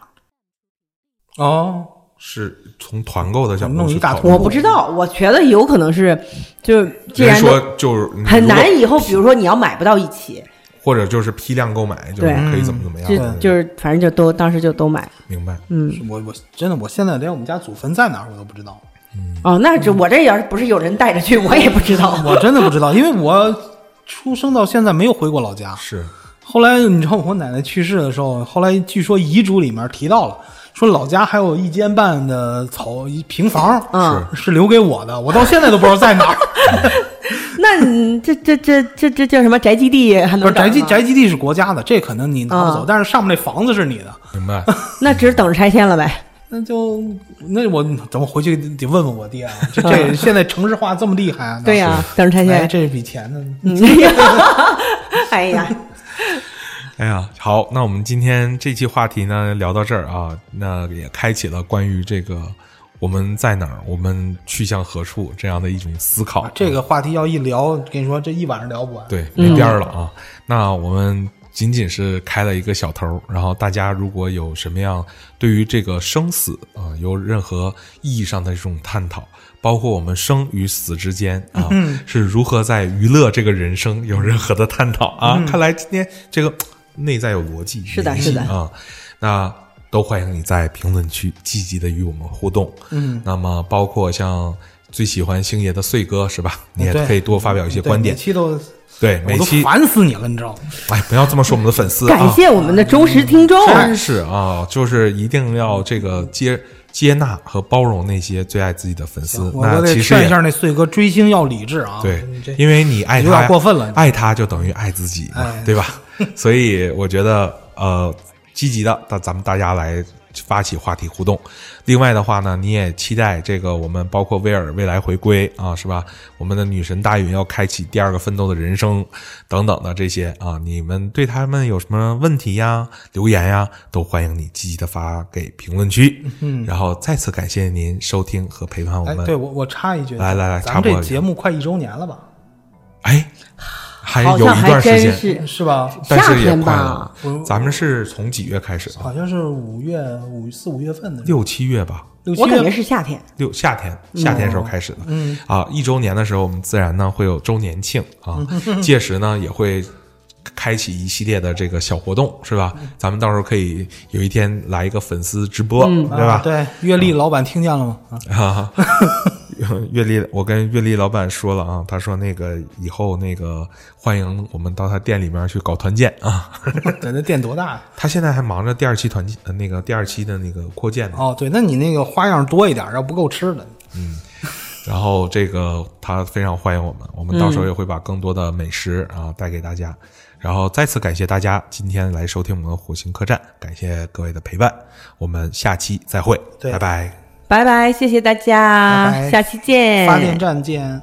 Speaker 3: 哦，
Speaker 1: 是从团购的角度
Speaker 3: 弄一
Speaker 1: 去
Speaker 3: 大
Speaker 1: 考虑
Speaker 3: 坨
Speaker 2: 我不知道，我觉得有可能是，就是既
Speaker 1: 人
Speaker 2: 然都
Speaker 1: 说就是
Speaker 2: 很
Speaker 1: 如果
Speaker 2: 难，以后比如说你要买不到一起，
Speaker 1: 或者就是批量购买，就是
Speaker 2: 对嗯
Speaker 1: 可以怎么怎么样
Speaker 2: 就
Speaker 1: 的，
Speaker 2: 就是反正就都当时就都买了。
Speaker 1: 明白。
Speaker 2: 嗯，
Speaker 3: 我我真的我现在连我们家祖坟在哪儿我都不知道，
Speaker 2: 哦，那这我这要是不是有人带着去，我也不知道。
Speaker 3: 我真的不知道，因为我出生到现在没有回过老家。
Speaker 1: 是
Speaker 3: 后来你知道我奶奶去世的时候，后来据说遗嘱里面提到了，说老家还有一间半的草一平房，
Speaker 2: 嗯
Speaker 3: 是留给我的，我到现在都不知道 在哪儿。
Speaker 2: 那你这这这这这叫什么宅基地还能
Speaker 3: 不是宅基
Speaker 2: 找吗
Speaker 3: 宅基地是国家的，这可能你拿不走，
Speaker 2: 嗯
Speaker 3: 但是上面那房子是你的，
Speaker 1: 明白，
Speaker 2: 那只是等着拆迁了呗。
Speaker 3: 那就那我等我回去得问问我爹啊，这这现在城市化这么厉害啊，
Speaker 2: 对呀、等着拆
Speaker 3: 哎，
Speaker 2: 迁。
Speaker 3: 这是笔钱呢。
Speaker 2: 嗯 哎呀，
Speaker 1: 哎呀，好，那我们今天这期话题呢聊到这儿啊，那也开启了关于这个我们在哪儿，我们去向何处这样的一种思考。
Speaker 3: 啊这个话题要一聊，跟你说这一晚上聊不完。
Speaker 1: 对，没边儿了啊。那我们仅仅是开了一个小头儿，然后大家如果有什么样对于这个生死啊、有任何意义上的这种探讨，包括我们生与死之间啊、
Speaker 2: 嗯
Speaker 1: 是如何在娱乐这个人生有任何的探讨啊？看来今天这个内在有逻辑，
Speaker 2: 嗯是的
Speaker 1: 联系
Speaker 2: 是的
Speaker 1: 啊，那。都欢迎你在评论区积极的与我们互动。嗯，那么包括像最喜欢星爷的穗哥是
Speaker 2: 哦
Speaker 1: 吧？你也
Speaker 3: 对
Speaker 1: 可以多发表一些
Speaker 3: 对
Speaker 1: 观点
Speaker 3: 每。期都
Speaker 1: 对，
Speaker 3: 我
Speaker 1: 每
Speaker 3: 都
Speaker 1: 期
Speaker 3: 烦死你了，你知道吗？
Speaker 1: 哎，不要这么说我们的粉丝啊！
Speaker 2: 感谢我哦们的忠实听众。
Speaker 1: 真是啊，就是一定要这个接接纳和包容那些最爱自己的粉丝。
Speaker 3: 我
Speaker 1: 那
Speaker 3: 我得
Speaker 1: 其实
Speaker 3: 劝一下
Speaker 1: 也
Speaker 3: 那穗哥追星要理智啊。
Speaker 1: 对
Speaker 3: 你这，
Speaker 1: 因为你爱他
Speaker 3: 有点过分了
Speaker 1: 爱他就等于爱自己嘛，
Speaker 3: 哎
Speaker 1: 对 吧？所以我觉得呃，积极的，那咱们大家来。发起话题互动，另外的话呢，你也期待这个我们包括威尔未来回归啊，是吧？我们的女神大允要开启第二个奋斗的人生等等的这些啊，你们对他们有什么问题呀、留言呀，都欢迎你积极的发给评论 区。嗯，然后再次感谢您收听和陪伴我
Speaker 3: 哎
Speaker 1: 们。，
Speaker 3: 对我我插一句，
Speaker 1: 来来来
Speaker 3: 咱
Speaker 1: 插
Speaker 3: 们
Speaker 1: 播
Speaker 3: 这
Speaker 1: 一下
Speaker 3: 节目快一周年了吧？
Speaker 1: 哎，还
Speaker 2: 好
Speaker 1: 有
Speaker 2: 像
Speaker 1: 一
Speaker 2: 还
Speaker 1: 段时
Speaker 2: 真
Speaker 1: 间，
Speaker 2: 是
Speaker 3: 是吧？
Speaker 1: 但
Speaker 2: 夏
Speaker 1: 是也
Speaker 2: 天
Speaker 1: 快
Speaker 2: 吧
Speaker 1: 了。咱们是从几月开始啊？
Speaker 3: 好像是五月五四五月份的时候
Speaker 1: 六七月吧，
Speaker 3: 六七
Speaker 2: 我感觉
Speaker 3: 月。
Speaker 2: 是夏天，
Speaker 1: 六夏天夏天时候开始的。嗯啊，一周年的时候，我们自然呢会有周年庆啊，
Speaker 2: 嗯
Speaker 1: 届时呢也会。开启一系列的这个小活动是吧？
Speaker 2: 嗯
Speaker 1: 咱们到时候可以有一天来一个粉丝直播，
Speaker 2: 嗯
Speaker 1: 对吧
Speaker 3: 啊？对，阅历老板听见了吗？啊
Speaker 1: 啊， 阅历，我跟阅历老板说了啊，他说那个以后那个欢迎我们到他店里面去搞团建啊。
Speaker 3: 对，那店多大呀？
Speaker 1: 他现在还忙着第二期团建，呃那个第二期的那个扩建呢。
Speaker 3: 哦，对，那你那个花样多一点，要不够吃的。
Speaker 1: 然后这个他非常欢迎我们，我们到时候也会把更多的美食啊带给大家。然后再次感谢大家今天来收听我们的火星客栈，感谢各位的陪伴，我们下期再会，
Speaker 3: 对
Speaker 1: 拜拜。
Speaker 2: 拜拜，谢谢大家，
Speaker 3: 拜拜
Speaker 2: 下期见，
Speaker 3: 发电站见。